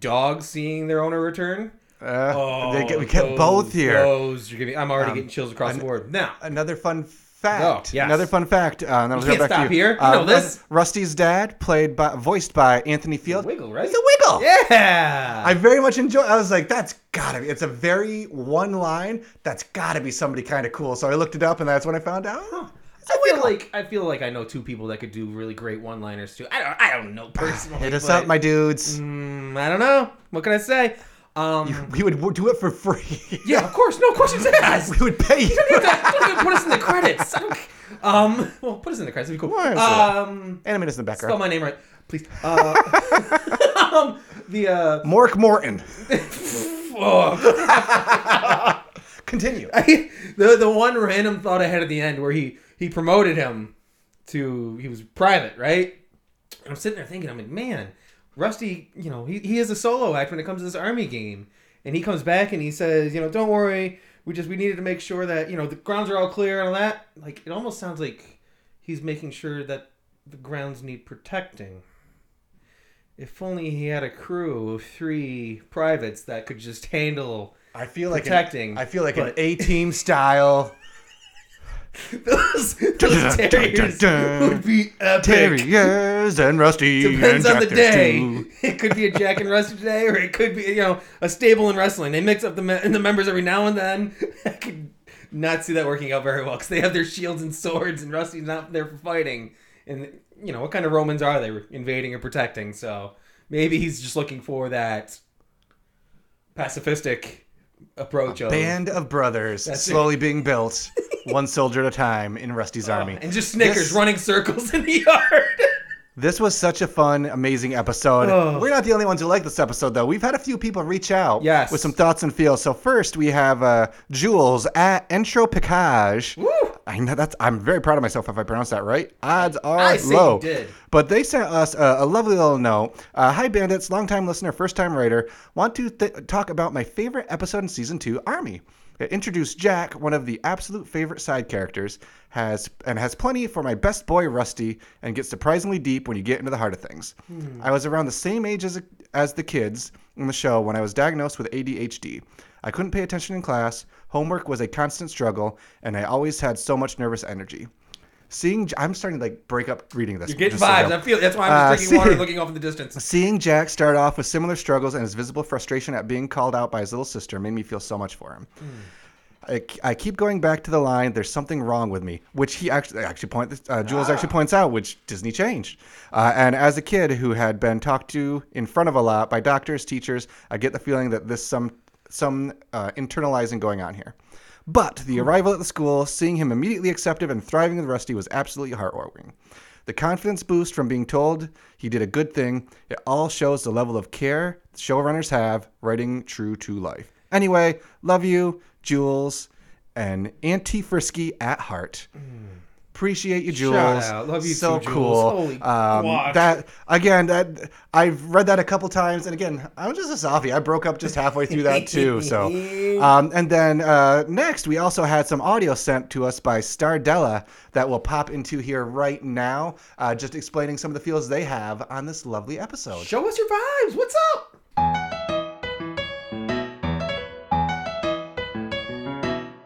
[SPEAKER 4] Dogs seeing their owner return.
[SPEAKER 3] Uh, they get, we
[SPEAKER 4] Oh,
[SPEAKER 3] get both
[SPEAKER 4] those-
[SPEAKER 3] here. Um,
[SPEAKER 4] Those you're giving. I'm already getting chills across the board now.
[SPEAKER 3] Another fun fact.
[SPEAKER 4] Oh, yes.
[SPEAKER 3] Another fun fact. Uh, and then I'll
[SPEAKER 4] can't
[SPEAKER 3] go back to
[SPEAKER 4] stop here. You know
[SPEAKER 3] Rus-
[SPEAKER 4] this.
[SPEAKER 3] Rusty's dad, played by, voiced by Anthony Field.
[SPEAKER 4] Wiggle, right?
[SPEAKER 3] It's a wiggle.
[SPEAKER 4] Yeah.
[SPEAKER 3] I very much enjoy. I was like, that's gotta be. It's a very one line. That's gotta be somebody kind of cool. So I looked it up, and that's when I found out. Oh, it's a
[SPEAKER 4] I feel
[SPEAKER 3] wiggle.
[SPEAKER 4] like I feel like I know two people that could do really great one-liners too. I don't. I don't know personally.
[SPEAKER 3] hit us
[SPEAKER 4] but-
[SPEAKER 3] up, my dudes.
[SPEAKER 4] Mm, I don't know. What can I say? Um.
[SPEAKER 3] We would w- do it for free.
[SPEAKER 4] Yeah, of course. No questions
[SPEAKER 3] (laughs)
[SPEAKER 4] asked.
[SPEAKER 3] we would pay you. (laughs)
[SPEAKER 4] You don't even put us in the credits. I don't c- Um, well, put us in the credits. That'd be cool.
[SPEAKER 3] Why is that?
[SPEAKER 4] Um,
[SPEAKER 3] Animate us in the
[SPEAKER 4] spell
[SPEAKER 3] background.
[SPEAKER 4] my name right, please. Uh, (laughs) um, the uh,
[SPEAKER 3] Mork Morton.
[SPEAKER 4] oh,
[SPEAKER 3] Continue.
[SPEAKER 4] (laughs) the the one random thought I had at the end where he he promoted him to he was private, right? And I'm sitting there thinking, I'm like, man, Rusty, you know, he, he is a solo act when it comes to this army game. And he comes back and he says, you know, don't worry, we just we needed to make sure that, you know, the grounds are all clear and all that. Like it almost sounds like he's making sure that the grounds need protecting. If only he had a crew of three privates that could just handle
[SPEAKER 3] I feel like an-
[SPEAKER 4] Protecting,
[SPEAKER 3] I feel like an
[SPEAKER 4] but-
[SPEAKER 3] A team style. (laughs)
[SPEAKER 4] those, those
[SPEAKER 3] dun,
[SPEAKER 4] terriers
[SPEAKER 3] dun, dun.
[SPEAKER 4] would be epic.
[SPEAKER 3] Terriers and Rusty. and
[SPEAKER 4] Depends on the
[SPEAKER 3] Jack
[SPEAKER 4] day.
[SPEAKER 3] too.
[SPEAKER 4] It could be a Jack and Rusty today, or it could be you know a stable in wrestling. They mix up the me- the members every now and then. (laughs) I could not see that working out very well because they have their shields and swords, and Rusty's not there for fighting. And you know what kind of Romans are they invading or protecting? So maybe he's just looking for that pacifistic approach of
[SPEAKER 3] Band of brothers slowly being
[SPEAKER 4] (laughs)
[SPEAKER 3] built, one soldier at a time in Rusty's army.
[SPEAKER 4] Oh, and just Snickers
[SPEAKER 3] This-
[SPEAKER 4] running circles (laughs) in the yard.
[SPEAKER 3] This was such a fun, amazing episode.
[SPEAKER 4] Oh.
[SPEAKER 3] We're not the only ones who like this episode, though. We've had a few people reach out
[SPEAKER 4] Yes.
[SPEAKER 3] with some thoughts and feels. So first, we have uh, Jules at Entro Picage.
[SPEAKER 4] Woo!
[SPEAKER 3] I know that's. I'm very proud of myself if I pronounce that right. Odds are
[SPEAKER 4] I say you
[SPEAKER 3] low.
[SPEAKER 4] did.
[SPEAKER 3] But they sent us a, a lovely little note. Uh, Hi, bandits, longtime listener, first time writer. Want to th- talk about my favorite episode in season two, Army. It introduced Jack, one of the absolute favorite side characters, has and has plenty for my best boy Rusty, and gets surprisingly deep when you get into the heart of things.
[SPEAKER 4] Hmm.
[SPEAKER 3] I was around the same age as as the kids in the show when I was diagnosed with ADHD. I couldn't pay attention in class. Homework was a constant struggle, and I always had so much nervous energy. Seeing, J- I'm starting to like break up reading this.
[SPEAKER 4] You're getting
[SPEAKER 3] just so you
[SPEAKER 4] vibes.
[SPEAKER 3] know.
[SPEAKER 4] I feel that's why I'm
[SPEAKER 3] Uh,
[SPEAKER 4] just drinking water,
[SPEAKER 3] see-
[SPEAKER 4] and looking off in the distance.
[SPEAKER 3] Seeing Jack start off with similar struggles and his visible frustration at being called out by his little sister made me feel so much for him. I, I keep going back to the line, "There's something wrong with me," which he actually actually point uh, Jules
[SPEAKER 4] Ah.
[SPEAKER 3] actually points out, which Disney changed. Uh, and as a kid who had been talked to in front of a lot by doctors, teachers, I get the feeling that this some some uh, internalizing going on here. But the
[SPEAKER 4] Hmm.
[SPEAKER 3] arrival at the school, seeing him immediately accepted and thriving with Rusty, was absolutely heartwarming. The confidence boost from being told he did a good thing, it all shows the level of care showrunners have writing true to life. Anyway, love you, Jules, and Auntie Frisky at heart. Appreciate you, Jules.
[SPEAKER 4] Hmm. out. Love you
[SPEAKER 3] so
[SPEAKER 4] too, Jules.
[SPEAKER 3] cool. Um,
[SPEAKER 4] Holy guac.
[SPEAKER 3] that again, that I've read that a couple times, and again, I'm just a softie. I broke up just halfway through that too. So,
[SPEAKER 4] (laughs)
[SPEAKER 3] um, and then uh, next, we also had some audio sent to us by Stardella that will pop into here right now, uh, just explaining some of the feels they have on this lovely episode.
[SPEAKER 4] Show us your vibes. What's up?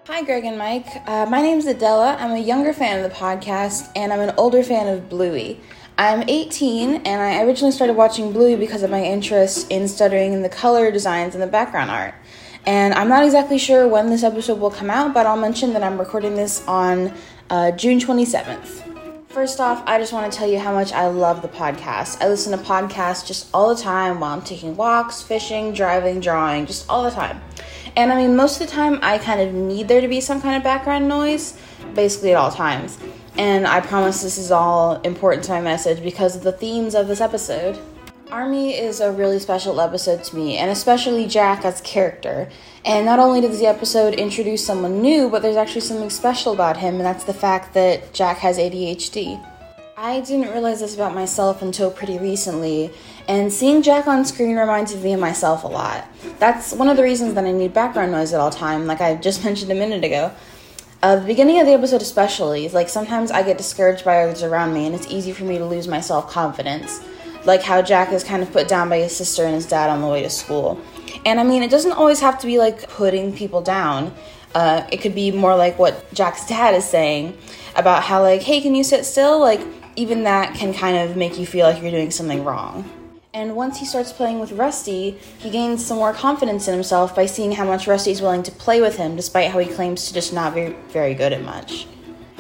[SPEAKER 5] Hi, Greg and Mike. Uh, my name's Adela. I'm a younger fan of the podcast, and I'm an older fan of Bluey. I'm 18, and I originally started watching Bluey because of my interest in studying the color designs and the background art. And I'm not exactly sure when this episode will come out, but I'll mention that I'm recording this on uh, June 27th. First off, I just want to tell you how much I love the podcast. I listen to podcasts just all the time while I'm taking walks, fishing, driving, drawing, just all the time. And I mean, most of the time, I kind of need there to be some kind of background noise, basically at all times. And I promise this is all important to my message because of the themes of this episode. Army is a really special episode to me, and especially Jack as character. And not only does the episode introduce someone new, but there's actually something special about him, and that's the fact that Jack has ADHD. I didn't realize this about myself until pretty recently, and seeing Jack on screen reminded me of myself a lot. That's one of the reasons that I need background noise at all time, like I just (laughs) mentioned a minute ago. Uh, the beginning of the episode, especially, like sometimes I get discouraged by others around me, and it's easy for me to lose my self confidence. Like how Jack is kind of put down by his sister and his dad on the way to school. And I mean, it doesn't always have to be like putting people down. Uh, it could be more like what Jack's dad is saying about how, like, hey, can you sit still? Like, even that can kind of make you feel like you're doing something wrong. And once he starts playing with Rusty, he gains some more confidence in himself by seeing how much Rusty is willing to play with him, despite how he claims to just not be very good at much.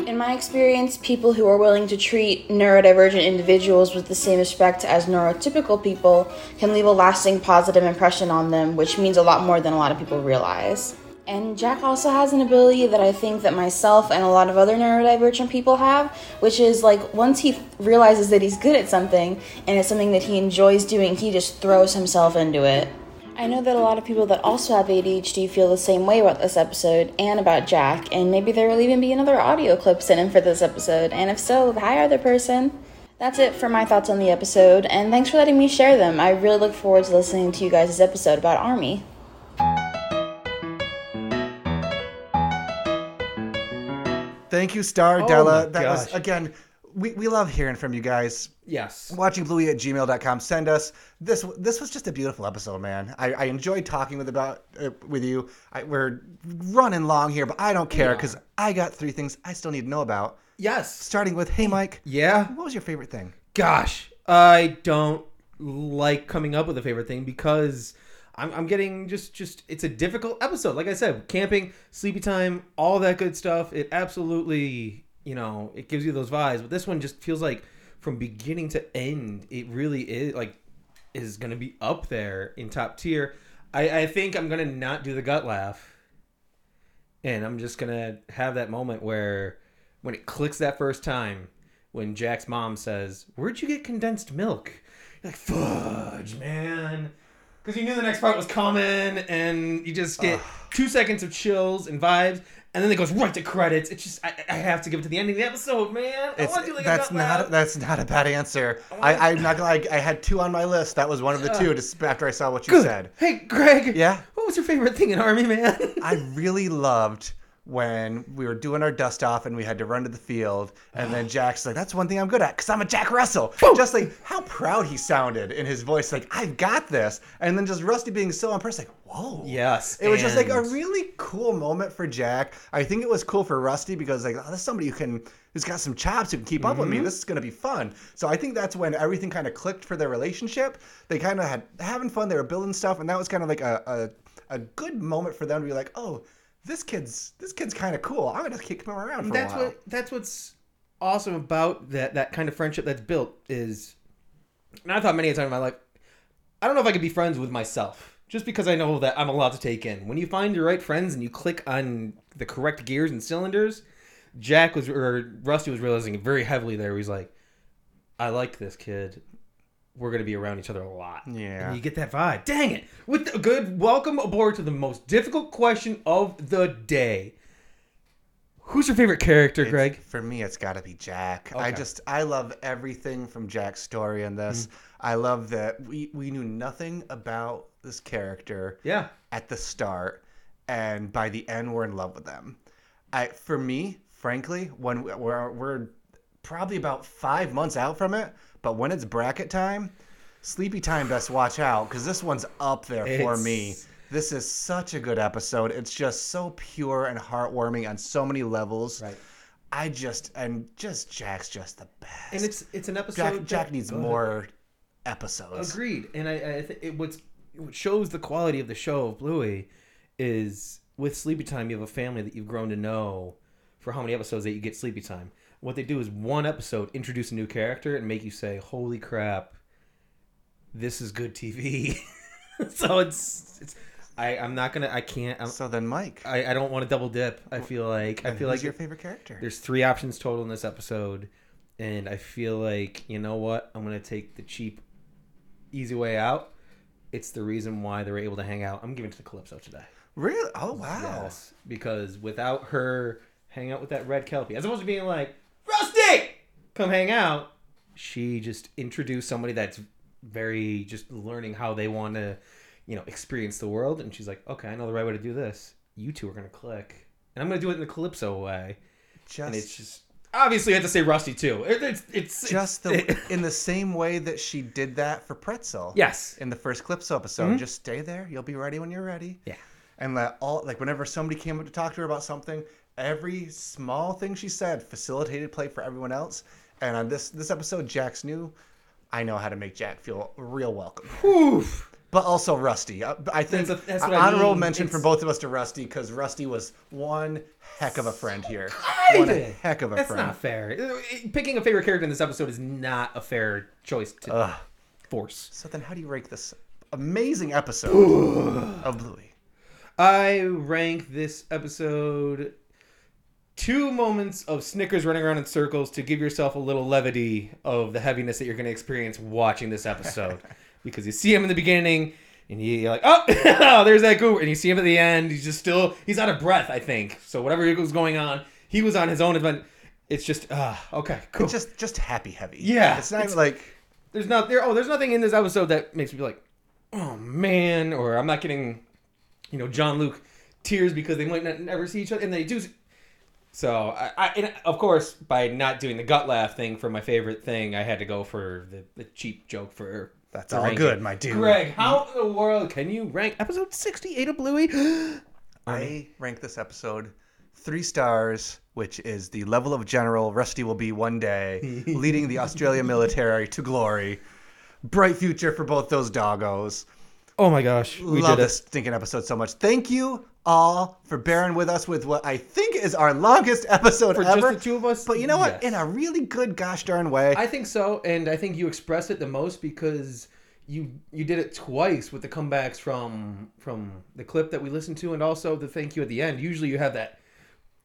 [SPEAKER 5] In my experience, people who are willing to treat neurodivergent individuals with the same respect as neurotypical people can leave a lasting positive impression on them, which means a lot more than a lot of people realize. And Jack also has an ability that I think that myself and a lot of other neurodivergent people have, which is like once he realizes that he's good at something and it's something that he enjoys doing, he just throws himself into it. I know that a lot of people that also have ADHD feel the same way about this episode and about Jack, and maybe there will even be another audio clip sent in for this episode. And if so, hi, other person. That's it for my thoughts on the episode, and thanks for letting me share them. I really look forward to listening to you guys' episode about Army.
[SPEAKER 3] Thank you, Star Della.
[SPEAKER 4] Oh my
[SPEAKER 3] That was
[SPEAKER 4] gosh.
[SPEAKER 3] again. We, we love hearing from you guys.
[SPEAKER 4] Yes.
[SPEAKER 3] Watchingbluey at gmail.com. Send us this. This was just a beautiful episode, man. I, I enjoyed talking with about uh, with you. I, we're running long here, but I don't care because I got three things I still need to know about.
[SPEAKER 4] Yes.
[SPEAKER 3] Starting with, hey Mike,
[SPEAKER 4] Yeah.
[SPEAKER 3] what was your favorite thing?
[SPEAKER 4] Gosh, I don't like coming up with a favorite thing because I'm, I'm getting just just it's a difficult episode. Like I said, camping, sleepy time, all that good stuff. It absolutely you know it gives you those vibes, but this one just feels like from beginning to end, it really is like is gonna be up there in top tier. I, I think I'm gonna not do the gut laugh. And I'm just gonna have that moment where when it clicks that first time, when Jack's mom says, Where'd you get condensed milk? You're like, fudge, man. Because you knew the next part was coming, and you just get two seconds of chills and vibes, and then it goes right to credits. It's just, I, I have to give it to the ending of the episode, man. I
[SPEAKER 3] It's,
[SPEAKER 4] want to do like a
[SPEAKER 3] that's
[SPEAKER 4] gut
[SPEAKER 3] not
[SPEAKER 4] laugh.
[SPEAKER 3] that's not a bad answer. I, I'm not gonna lie. I had two on my list. That was one of the two. Just after I saw what you
[SPEAKER 4] Good.
[SPEAKER 3] said,
[SPEAKER 4] Hey, Greg.
[SPEAKER 3] Yeah?
[SPEAKER 4] What was your favorite thing in Army Man? (laughs)
[SPEAKER 3] I really loved when we were doing our dust off and we had to run to the field. And
[SPEAKER 4] (sighs)
[SPEAKER 3] then Jack's like, "That's one thing I'm good at, cause I'm a Jack Russell." Just like how proud he sounded in his voice, like "I've got this." And then just Rusty being so impressed, like "Whoa."
[SPEAKER 4] Yes,
[SPEAKER 3] It was just like a
[SPEAKER 4] and-
[SPEAKER 3] really cool moment for Jack. I think it was cool for Rusty because like, oh, this is somebody who can who's got some chops who can keep up with me.
[SPEAKER 4] Mm-hmm.
[SPEAKER 3] This is gonna be fun. So I think that's when everything kind of clicked for their relationship. They kind of had having fun. They were building stuff, and that was kind of like a, a a good moment for them to be like, oh, this kid's this kid's kind of cool. I'm gonna kick him around for
[SPEAKER 4] that's
[SPEAKER 3] a while.
[SPEAKER 4] what that's what's awesome about that that kind of friendship that's built is and I thought many a time in my life, I don't know if I could be friends with myself. Just because I know that I'm allowed to take in. When you find your right friends and you click on the correct gears and cylinders, Jack was or Rusty was realizing it very heavily there. He's like, I like this kid. We're gonna be around each other a lot.
[SPEAKER 3] Yeah.
[SPEAKER 4] And you get that vibe. Dang it. With the good welcome aboard to the most difficult question of the day. Who's your favorite character,
[SPEAKER 3] It's-
[SPEAKER 4] Greg?
[SPEAKER 3] For me, it's got to be Jack. I
[SPEAKER 4] Okay. Mm-hmm.
[SPEAKER 3] just I love everything from Jack's story in this. I love that we we knew nothing about this character
[SPEAKER 4] Yeah.
[SPEAKER 3] at the start, and by the end, we're in love with them. I for me, frankly, when we- we're we're probably about five months out from it, but when it's bracket time, sleepy time, best watch out because this one's up there for me.
[SPEAKER 4] It's-
[SPEAKER 3] This is such a good episode. It's just so pure and heartwarming on so many levels.
[SPEAKER 4] Right.
[SPEAKER 3] I just and just Jack's just the best.
[SPEAKER 4] And it's it's an episode.
[SPEAKER 3] Jack
[SPEAKER 4] that-
[SPEAKER 3] Jack needs
[SPEAKER 4] Go ahead.
[SPEAKER 3] more episodes.
[SPEAKER 4] Agreed. And I, I th- it, what's what shows the quality of the show of Bluey is with Sleepy Time you have a family that you've grown to know for how many episodes that you get Sleepy Time. What they do is one episode introduce a new character and make you say, "Holy crap, this is good TV." (laughs) so it's it's I I'm not gonna I can't I'm,
[SPEAKER 3] So then Mike,
[SPEAKER 4] I I don't want to double dip. I feel like I
[SPEAKER 3] who's
[SPEAKER 4] feel like
[SPEAKER 3] your favorite character?
[SPEAKER 4] there's three options total in this episode and i feel like you know what i'm gonna take the cheap easy way out it's the reason why they were able to hang out i'm giving it to calypso today
[SPEAKER 3] Really? Oh wow.
[SPEAKER 4] yes because without her hang out with that red kelpie as opposed to being like rusty come hang out. She just introduced somebody that's very just learning how they want to, you know, experience the world. And she's like, okay, I know the right way to do this. You two are going to click. And I'm going to do it in the Calypso way.
[SPEAKER 3] Just,
[SPEAKER 4] And it's just, obviously, I have to say Rusty too. It- It's, it's,
[SPEAKER 3] just
[SPEAKER 4] it's-
[SPEAKER 3] the
[SPEAKER 4] (laughs)
[SPEAKER 3] in the same way that she did that for Pretzel.
[SPEAKER 4] yes.
[SPEAKER 3] In the first Clips episode, just stay there. You'll be ready when you're ready.
[SPEAKER 4] Mm-hmm. Yeah.
[SPEAKER 3] And let all like whenever somebody came up to talk to her about something, every small thing she said facilitated play for everyone else. And on this this episode, Jack's new. I know how to make Jack feel real welcome,
[SPEAKER 4] Oof.
[SPEAKER 3] but also Rusty. I, I think
[SPEAKER 4] That's a- that's what
[SPEAKER 3] a-
[SPEAKER 4] I
[SPEAKER 3] honorable
[SPEAKER 4] mean.
[SPEAKER 3] mention from
[SPEAKER 4] It's-
[SPEAKER 3] both of us to Rusty because Rusty was one heck of a friend here.
[SPEAKER 4] Hey,
[SPEAKER 3] One
[SPEAKER 4] dude.
[SPEAKER 3] heck of a
[SPEAKER 4] That's
[SPEAKER 3] friend.
[SPEAKER 4] not fair. Picking a favorite character in this episode is not a fair choice to force.
[SPEAKER 3] So then, how do you rank this amazing episode of Bluey?
[SPEAKER 4] I rank this episode two moments of Snickers running around in circles to give yourself a little levity of the heaviness that you're going to experience watching this episode. because you see him in the beginning and you're like, oh, (laughs) there's that goober. And you see him at the end. He's just still, he's out of breath, I think. So whatever was going on, he was on his own event. It's just, uh, okay, cool.
[SPEAKER 3] It's just just happy heavy.
[SPEAKER 4] Yeah,
[SPEAKER 3] it's not
[SPEAKER 4] it's-
[SPEAKER 3] like
[SPEAKER 4] There's not there. Oh, there's nothing in this episode that makes me be like, oh man, or I'm not getting, you know, John Luke tears because they might not never see each other, and they do. So I, I and of course, by not doing the gut laugh thing for my favorite thing, I had to go for the, the cheap joke for.
[SPEAKER 3] that's
[SPEAKER 4] for
[SPEAKER 3] all
[SPEAKER 4] ranking.
[SPEAKER 3] good, my dude.
[SPEAKER 4] Greg, how in the world can you rank episode 68 of Bluey? (gasps)
[SPEAKER 3] I rank this episode three stars, which is the level of general Rusty will be one day,
[SPEAKER 4] (laughs)
[SPEAKER 3] leading the Australian military to glory. Bright future for both those doggos.
[SPEAKER 4] oh my gosh, we
[SPEAKER 3] Love
[SPEAKER 4] did
[SPEAKER 3] this
[SPEAKER 4] it.
[SPEAKER 3] stinking episode so much. Thank you all for bearing with us with what I think is our longest episode
[SPEAKER 4] For just
[SPEAKER 3] ever.
[SPEAKER 4] the two of us?
[SPEAKER 3] But you know what?
[SPEAKER 4] Yes.
[SPEAKER 3] In a really good gosh darn way.
[SPEAKER 4] I think so, and I think you expressed it the most because you you did it twice with the comebacks from from the clip that we listened to, and also the thank you at the end. Usually, you have that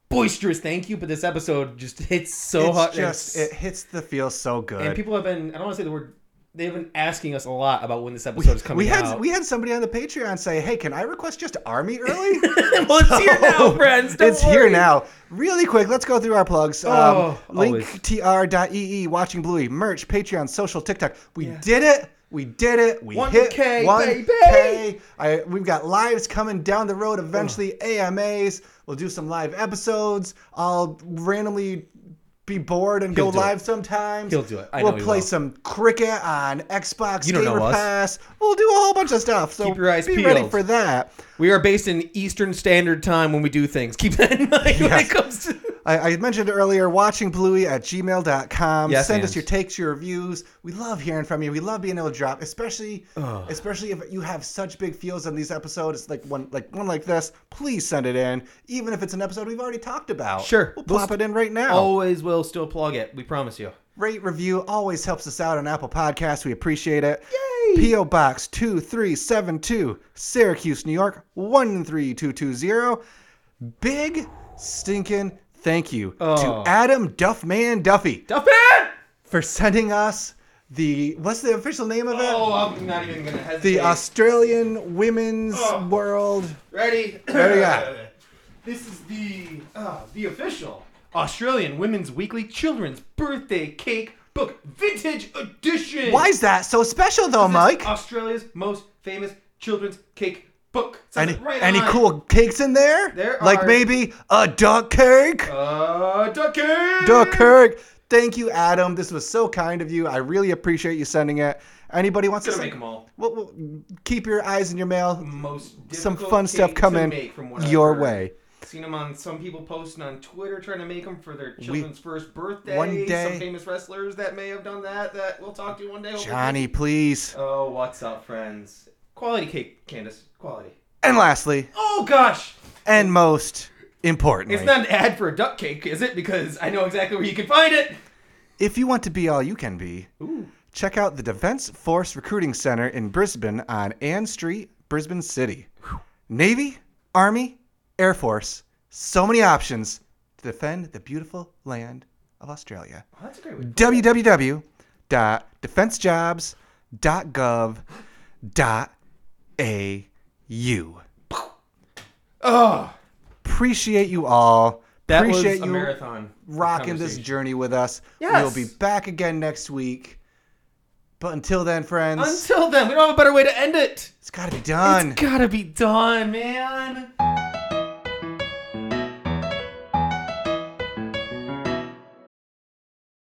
[SPEAKER 4] boisterous thank you, but this episode just hits so
[SPEAKER 3] it's
[SPEAKER 4] hard.
[SPEAKER 3] just it hits the feel so good.
[SPEAKER 4] and people have been I don't want to say the word they've been asking us a lot about when this episode is coming
[SPEAKER 3] we had
[SPEAKER 4] out.
[SPEAKER 3] we had somebody on the Patreon say, "Hey, can I request just Army
[SPEAKER 4] (laughs)
[SPEAKER 3] early?"
[SPEAKER 4] well, it's here now,
[SPEAKER 3] (laughs)
[SPEAKER 4] friends. Don't
[SPEAKER 3] it's here
[SPEAKER 4] worry.
[SPEAKER 3] now. Really quick, let's go through our plugs.
[SPEAKER 4] Oh,
[SPEAKER 3] um, link
[SPEAKER 4] always.
[SPEAKER 3] tr.ee, E watching Bluey, merch, Patreon, social, TikTok. We did it. We did it. We
[SPEAKER 4] 1K,
[SPEAKER 3] hit
[SPEAKER 4] baby.
[SPEAKER 3] 1K. I, we've got lives coming down the road eventually,
[SPEAKER 4] Oh.
[SPEAKER 3] AMAs. We'll do some live episodes. I'll randomly be bored and
[SPEAKER 4] He'll
[SPEAKER 3] go
[SPEAKER 4] do it.
[SPEAKER 3] live sometimes.
[SPEAKER 4] He'll do it. I
[SPEAKER 3] we'll
[SPEAKER 4] know he
[SPEAKER 3] play
[SPEAKER 4] will.
[SPEAKER 3] some cricket on Xbox
[SPEAKER 4] You don't
[SPEAKER 3] Gamer
[SPEAKER 4] know us.
[SPEAKER 3] Pass. We'll do a whole bunch of stuff. So
[SPEAKER 4] Keep your eyes
[SPEAKER 3] be ready
[SPEAKER 4] peeled.
[SPEAKER 3] for that.
[SPEAKER 4] We are based in Eastern Standard Time when we do things. Keep that in mind when it
[SPEAKER 3] Yes.
[SPEAKER 4] comes to.
[SPEAKER 3] I, I mentioned earlier, watching Bluey at gmail.com.
[SPEAKER 4] Yes,
[SPEAKER 3] Send
[SPEAKER 4] and.
[SPEAKER 3] us your takes, your reviews. We love hearing from you. We love being able to drop, especially especially if you have such big feels on these episodes, like one like one like this, please send it in. Even if it's an episode we've already talked about.
[SPEAKER 4] Sure.
[SPEAKER 3] We'll
[SPEAKER 4] We'll Oh,
[SPEAKER 3] plop
[SPEAKER 4] st-
[SPEAKER 3] it in right now.
[SPEAKER 4] Always will still plug it. We promise you.
[SPEAKER 3] Rate review always helps us out on Apple Podcasts. We appreciate it. Yay! P.O. Box 2372, Syracuse, New York 13220. Big stinking thank you
[SPEAKER 4] Oh.
[SPEAKER 3] to Adam Duffman Duffy
[SPEAKER 4] Duffin!
[SPEAKER 3] for sending us the what's the official name of it?
[SPEAKER 4] Oh, I'm not even gonna hesitate.
[SPEAKER 3] The Australian Women's
[SPEAKER 4] Oh.
[SPEAKER 3] World.
[SPEAKER 4] Ready?
[SPEAKER 3] There we go.
[SPEAKER 4] (coughs) This is the uh, the official Australian Women's Weekly Children's Birthday Cake Book Vintage Edition.
[SPEAKER 3] Why is that so special though,
[SPEAKER 4] This is
[SPEAKER 3] Mike?
[SPEAKER 4] Australia's most famous children's cake book. It says
[SPEAKER 3] Any,
[SPEAKER 4] it right
[SPEAKER 3] any
[SPEAKER 4] on it.
[SPEAKER 3] cool cakes in there?
[SPEAKER 4] There
[SPEAKER 3] like
[SPEAKER 4] are-
[SPEAKER 3] maybe a duck cake?
[SPEAKER 4] Uh, duck cake.
[SPEAKER 3] Duck Kirk. Thank you, Adam. This was so kind of you. I really appreciate you sending it. Anybody wants
[SPEAKER 4] Gonna
[SPEAKER 3] to
[SPEAKER 4] make 'em all.
[SPEAKER 3] Well, well, keep your eyes in your mail.
[SPEAKER 4] Most
[SPEAKER 3] Some
[SPEAKER 4] difficult
[SPEAKER 3] fun stuff
[SPEAKER 4] cake to
[SPEAKER 3] coming
[SPEAKER 4] make from what I've
[SPEAKER 3] your
[SPEAKER 4] heard.
[SPEAKER 3] way.
[SPEAKER 4] Seen them on some people posting on Twitter trying to make them for their children's first birthday.
[SPEAKER 3] one day-
[SPEAKER 4] some famous wrestlers that may have done that. That we'll talk to one day. hopefully.
[SPEAKER 3] Johnny, please.
[SPEAKER 4] Oh, what's up, friends? Quality cake, Candace. Quality.
[SPEAKER 3] And lastly,
[SPEAKER 4] Oh gosh,
[SPEAKER 3] and most importantly,
[SPEAKER 4] it's not an ad for a duck cake, is it? Because I know exactly where you can find it.
[SPEAKER 3] if you want to be all you can be, check out the Defense Force Recruiting Center in Brisbane on Ann Street, Brisbane City. Navy, Army, Air Force. So many options to defend the beautiful land of Australia.
[SPEAKER 4] Oh, that's a great one.
[SPEAKER 3] www.defensejobs.gov.au.
[SPEAKER 4] Oh,
[SPEAKER 3] Appreciate you all.
[SPEAKER 4] That
[SPEAKER 3] Appreciate
[SPEAKER 4] was a
[SPEAKER 3] you
[SPEAKER 4] marathon.
[SPEAKER 3] rocking this
[SPEAKER 4] conversation.
[SPEAKER 3] journey with us.
[SPEAKER 4] Yes.
[SPEAKER 3] We'll be back again next week. But until then, friends,
[SPEAKER 4] Until then, we don't have a better way to end it.
[SPEAKER 3] it's got to be done.
[SPEAKER 4] It's gotta be done, man.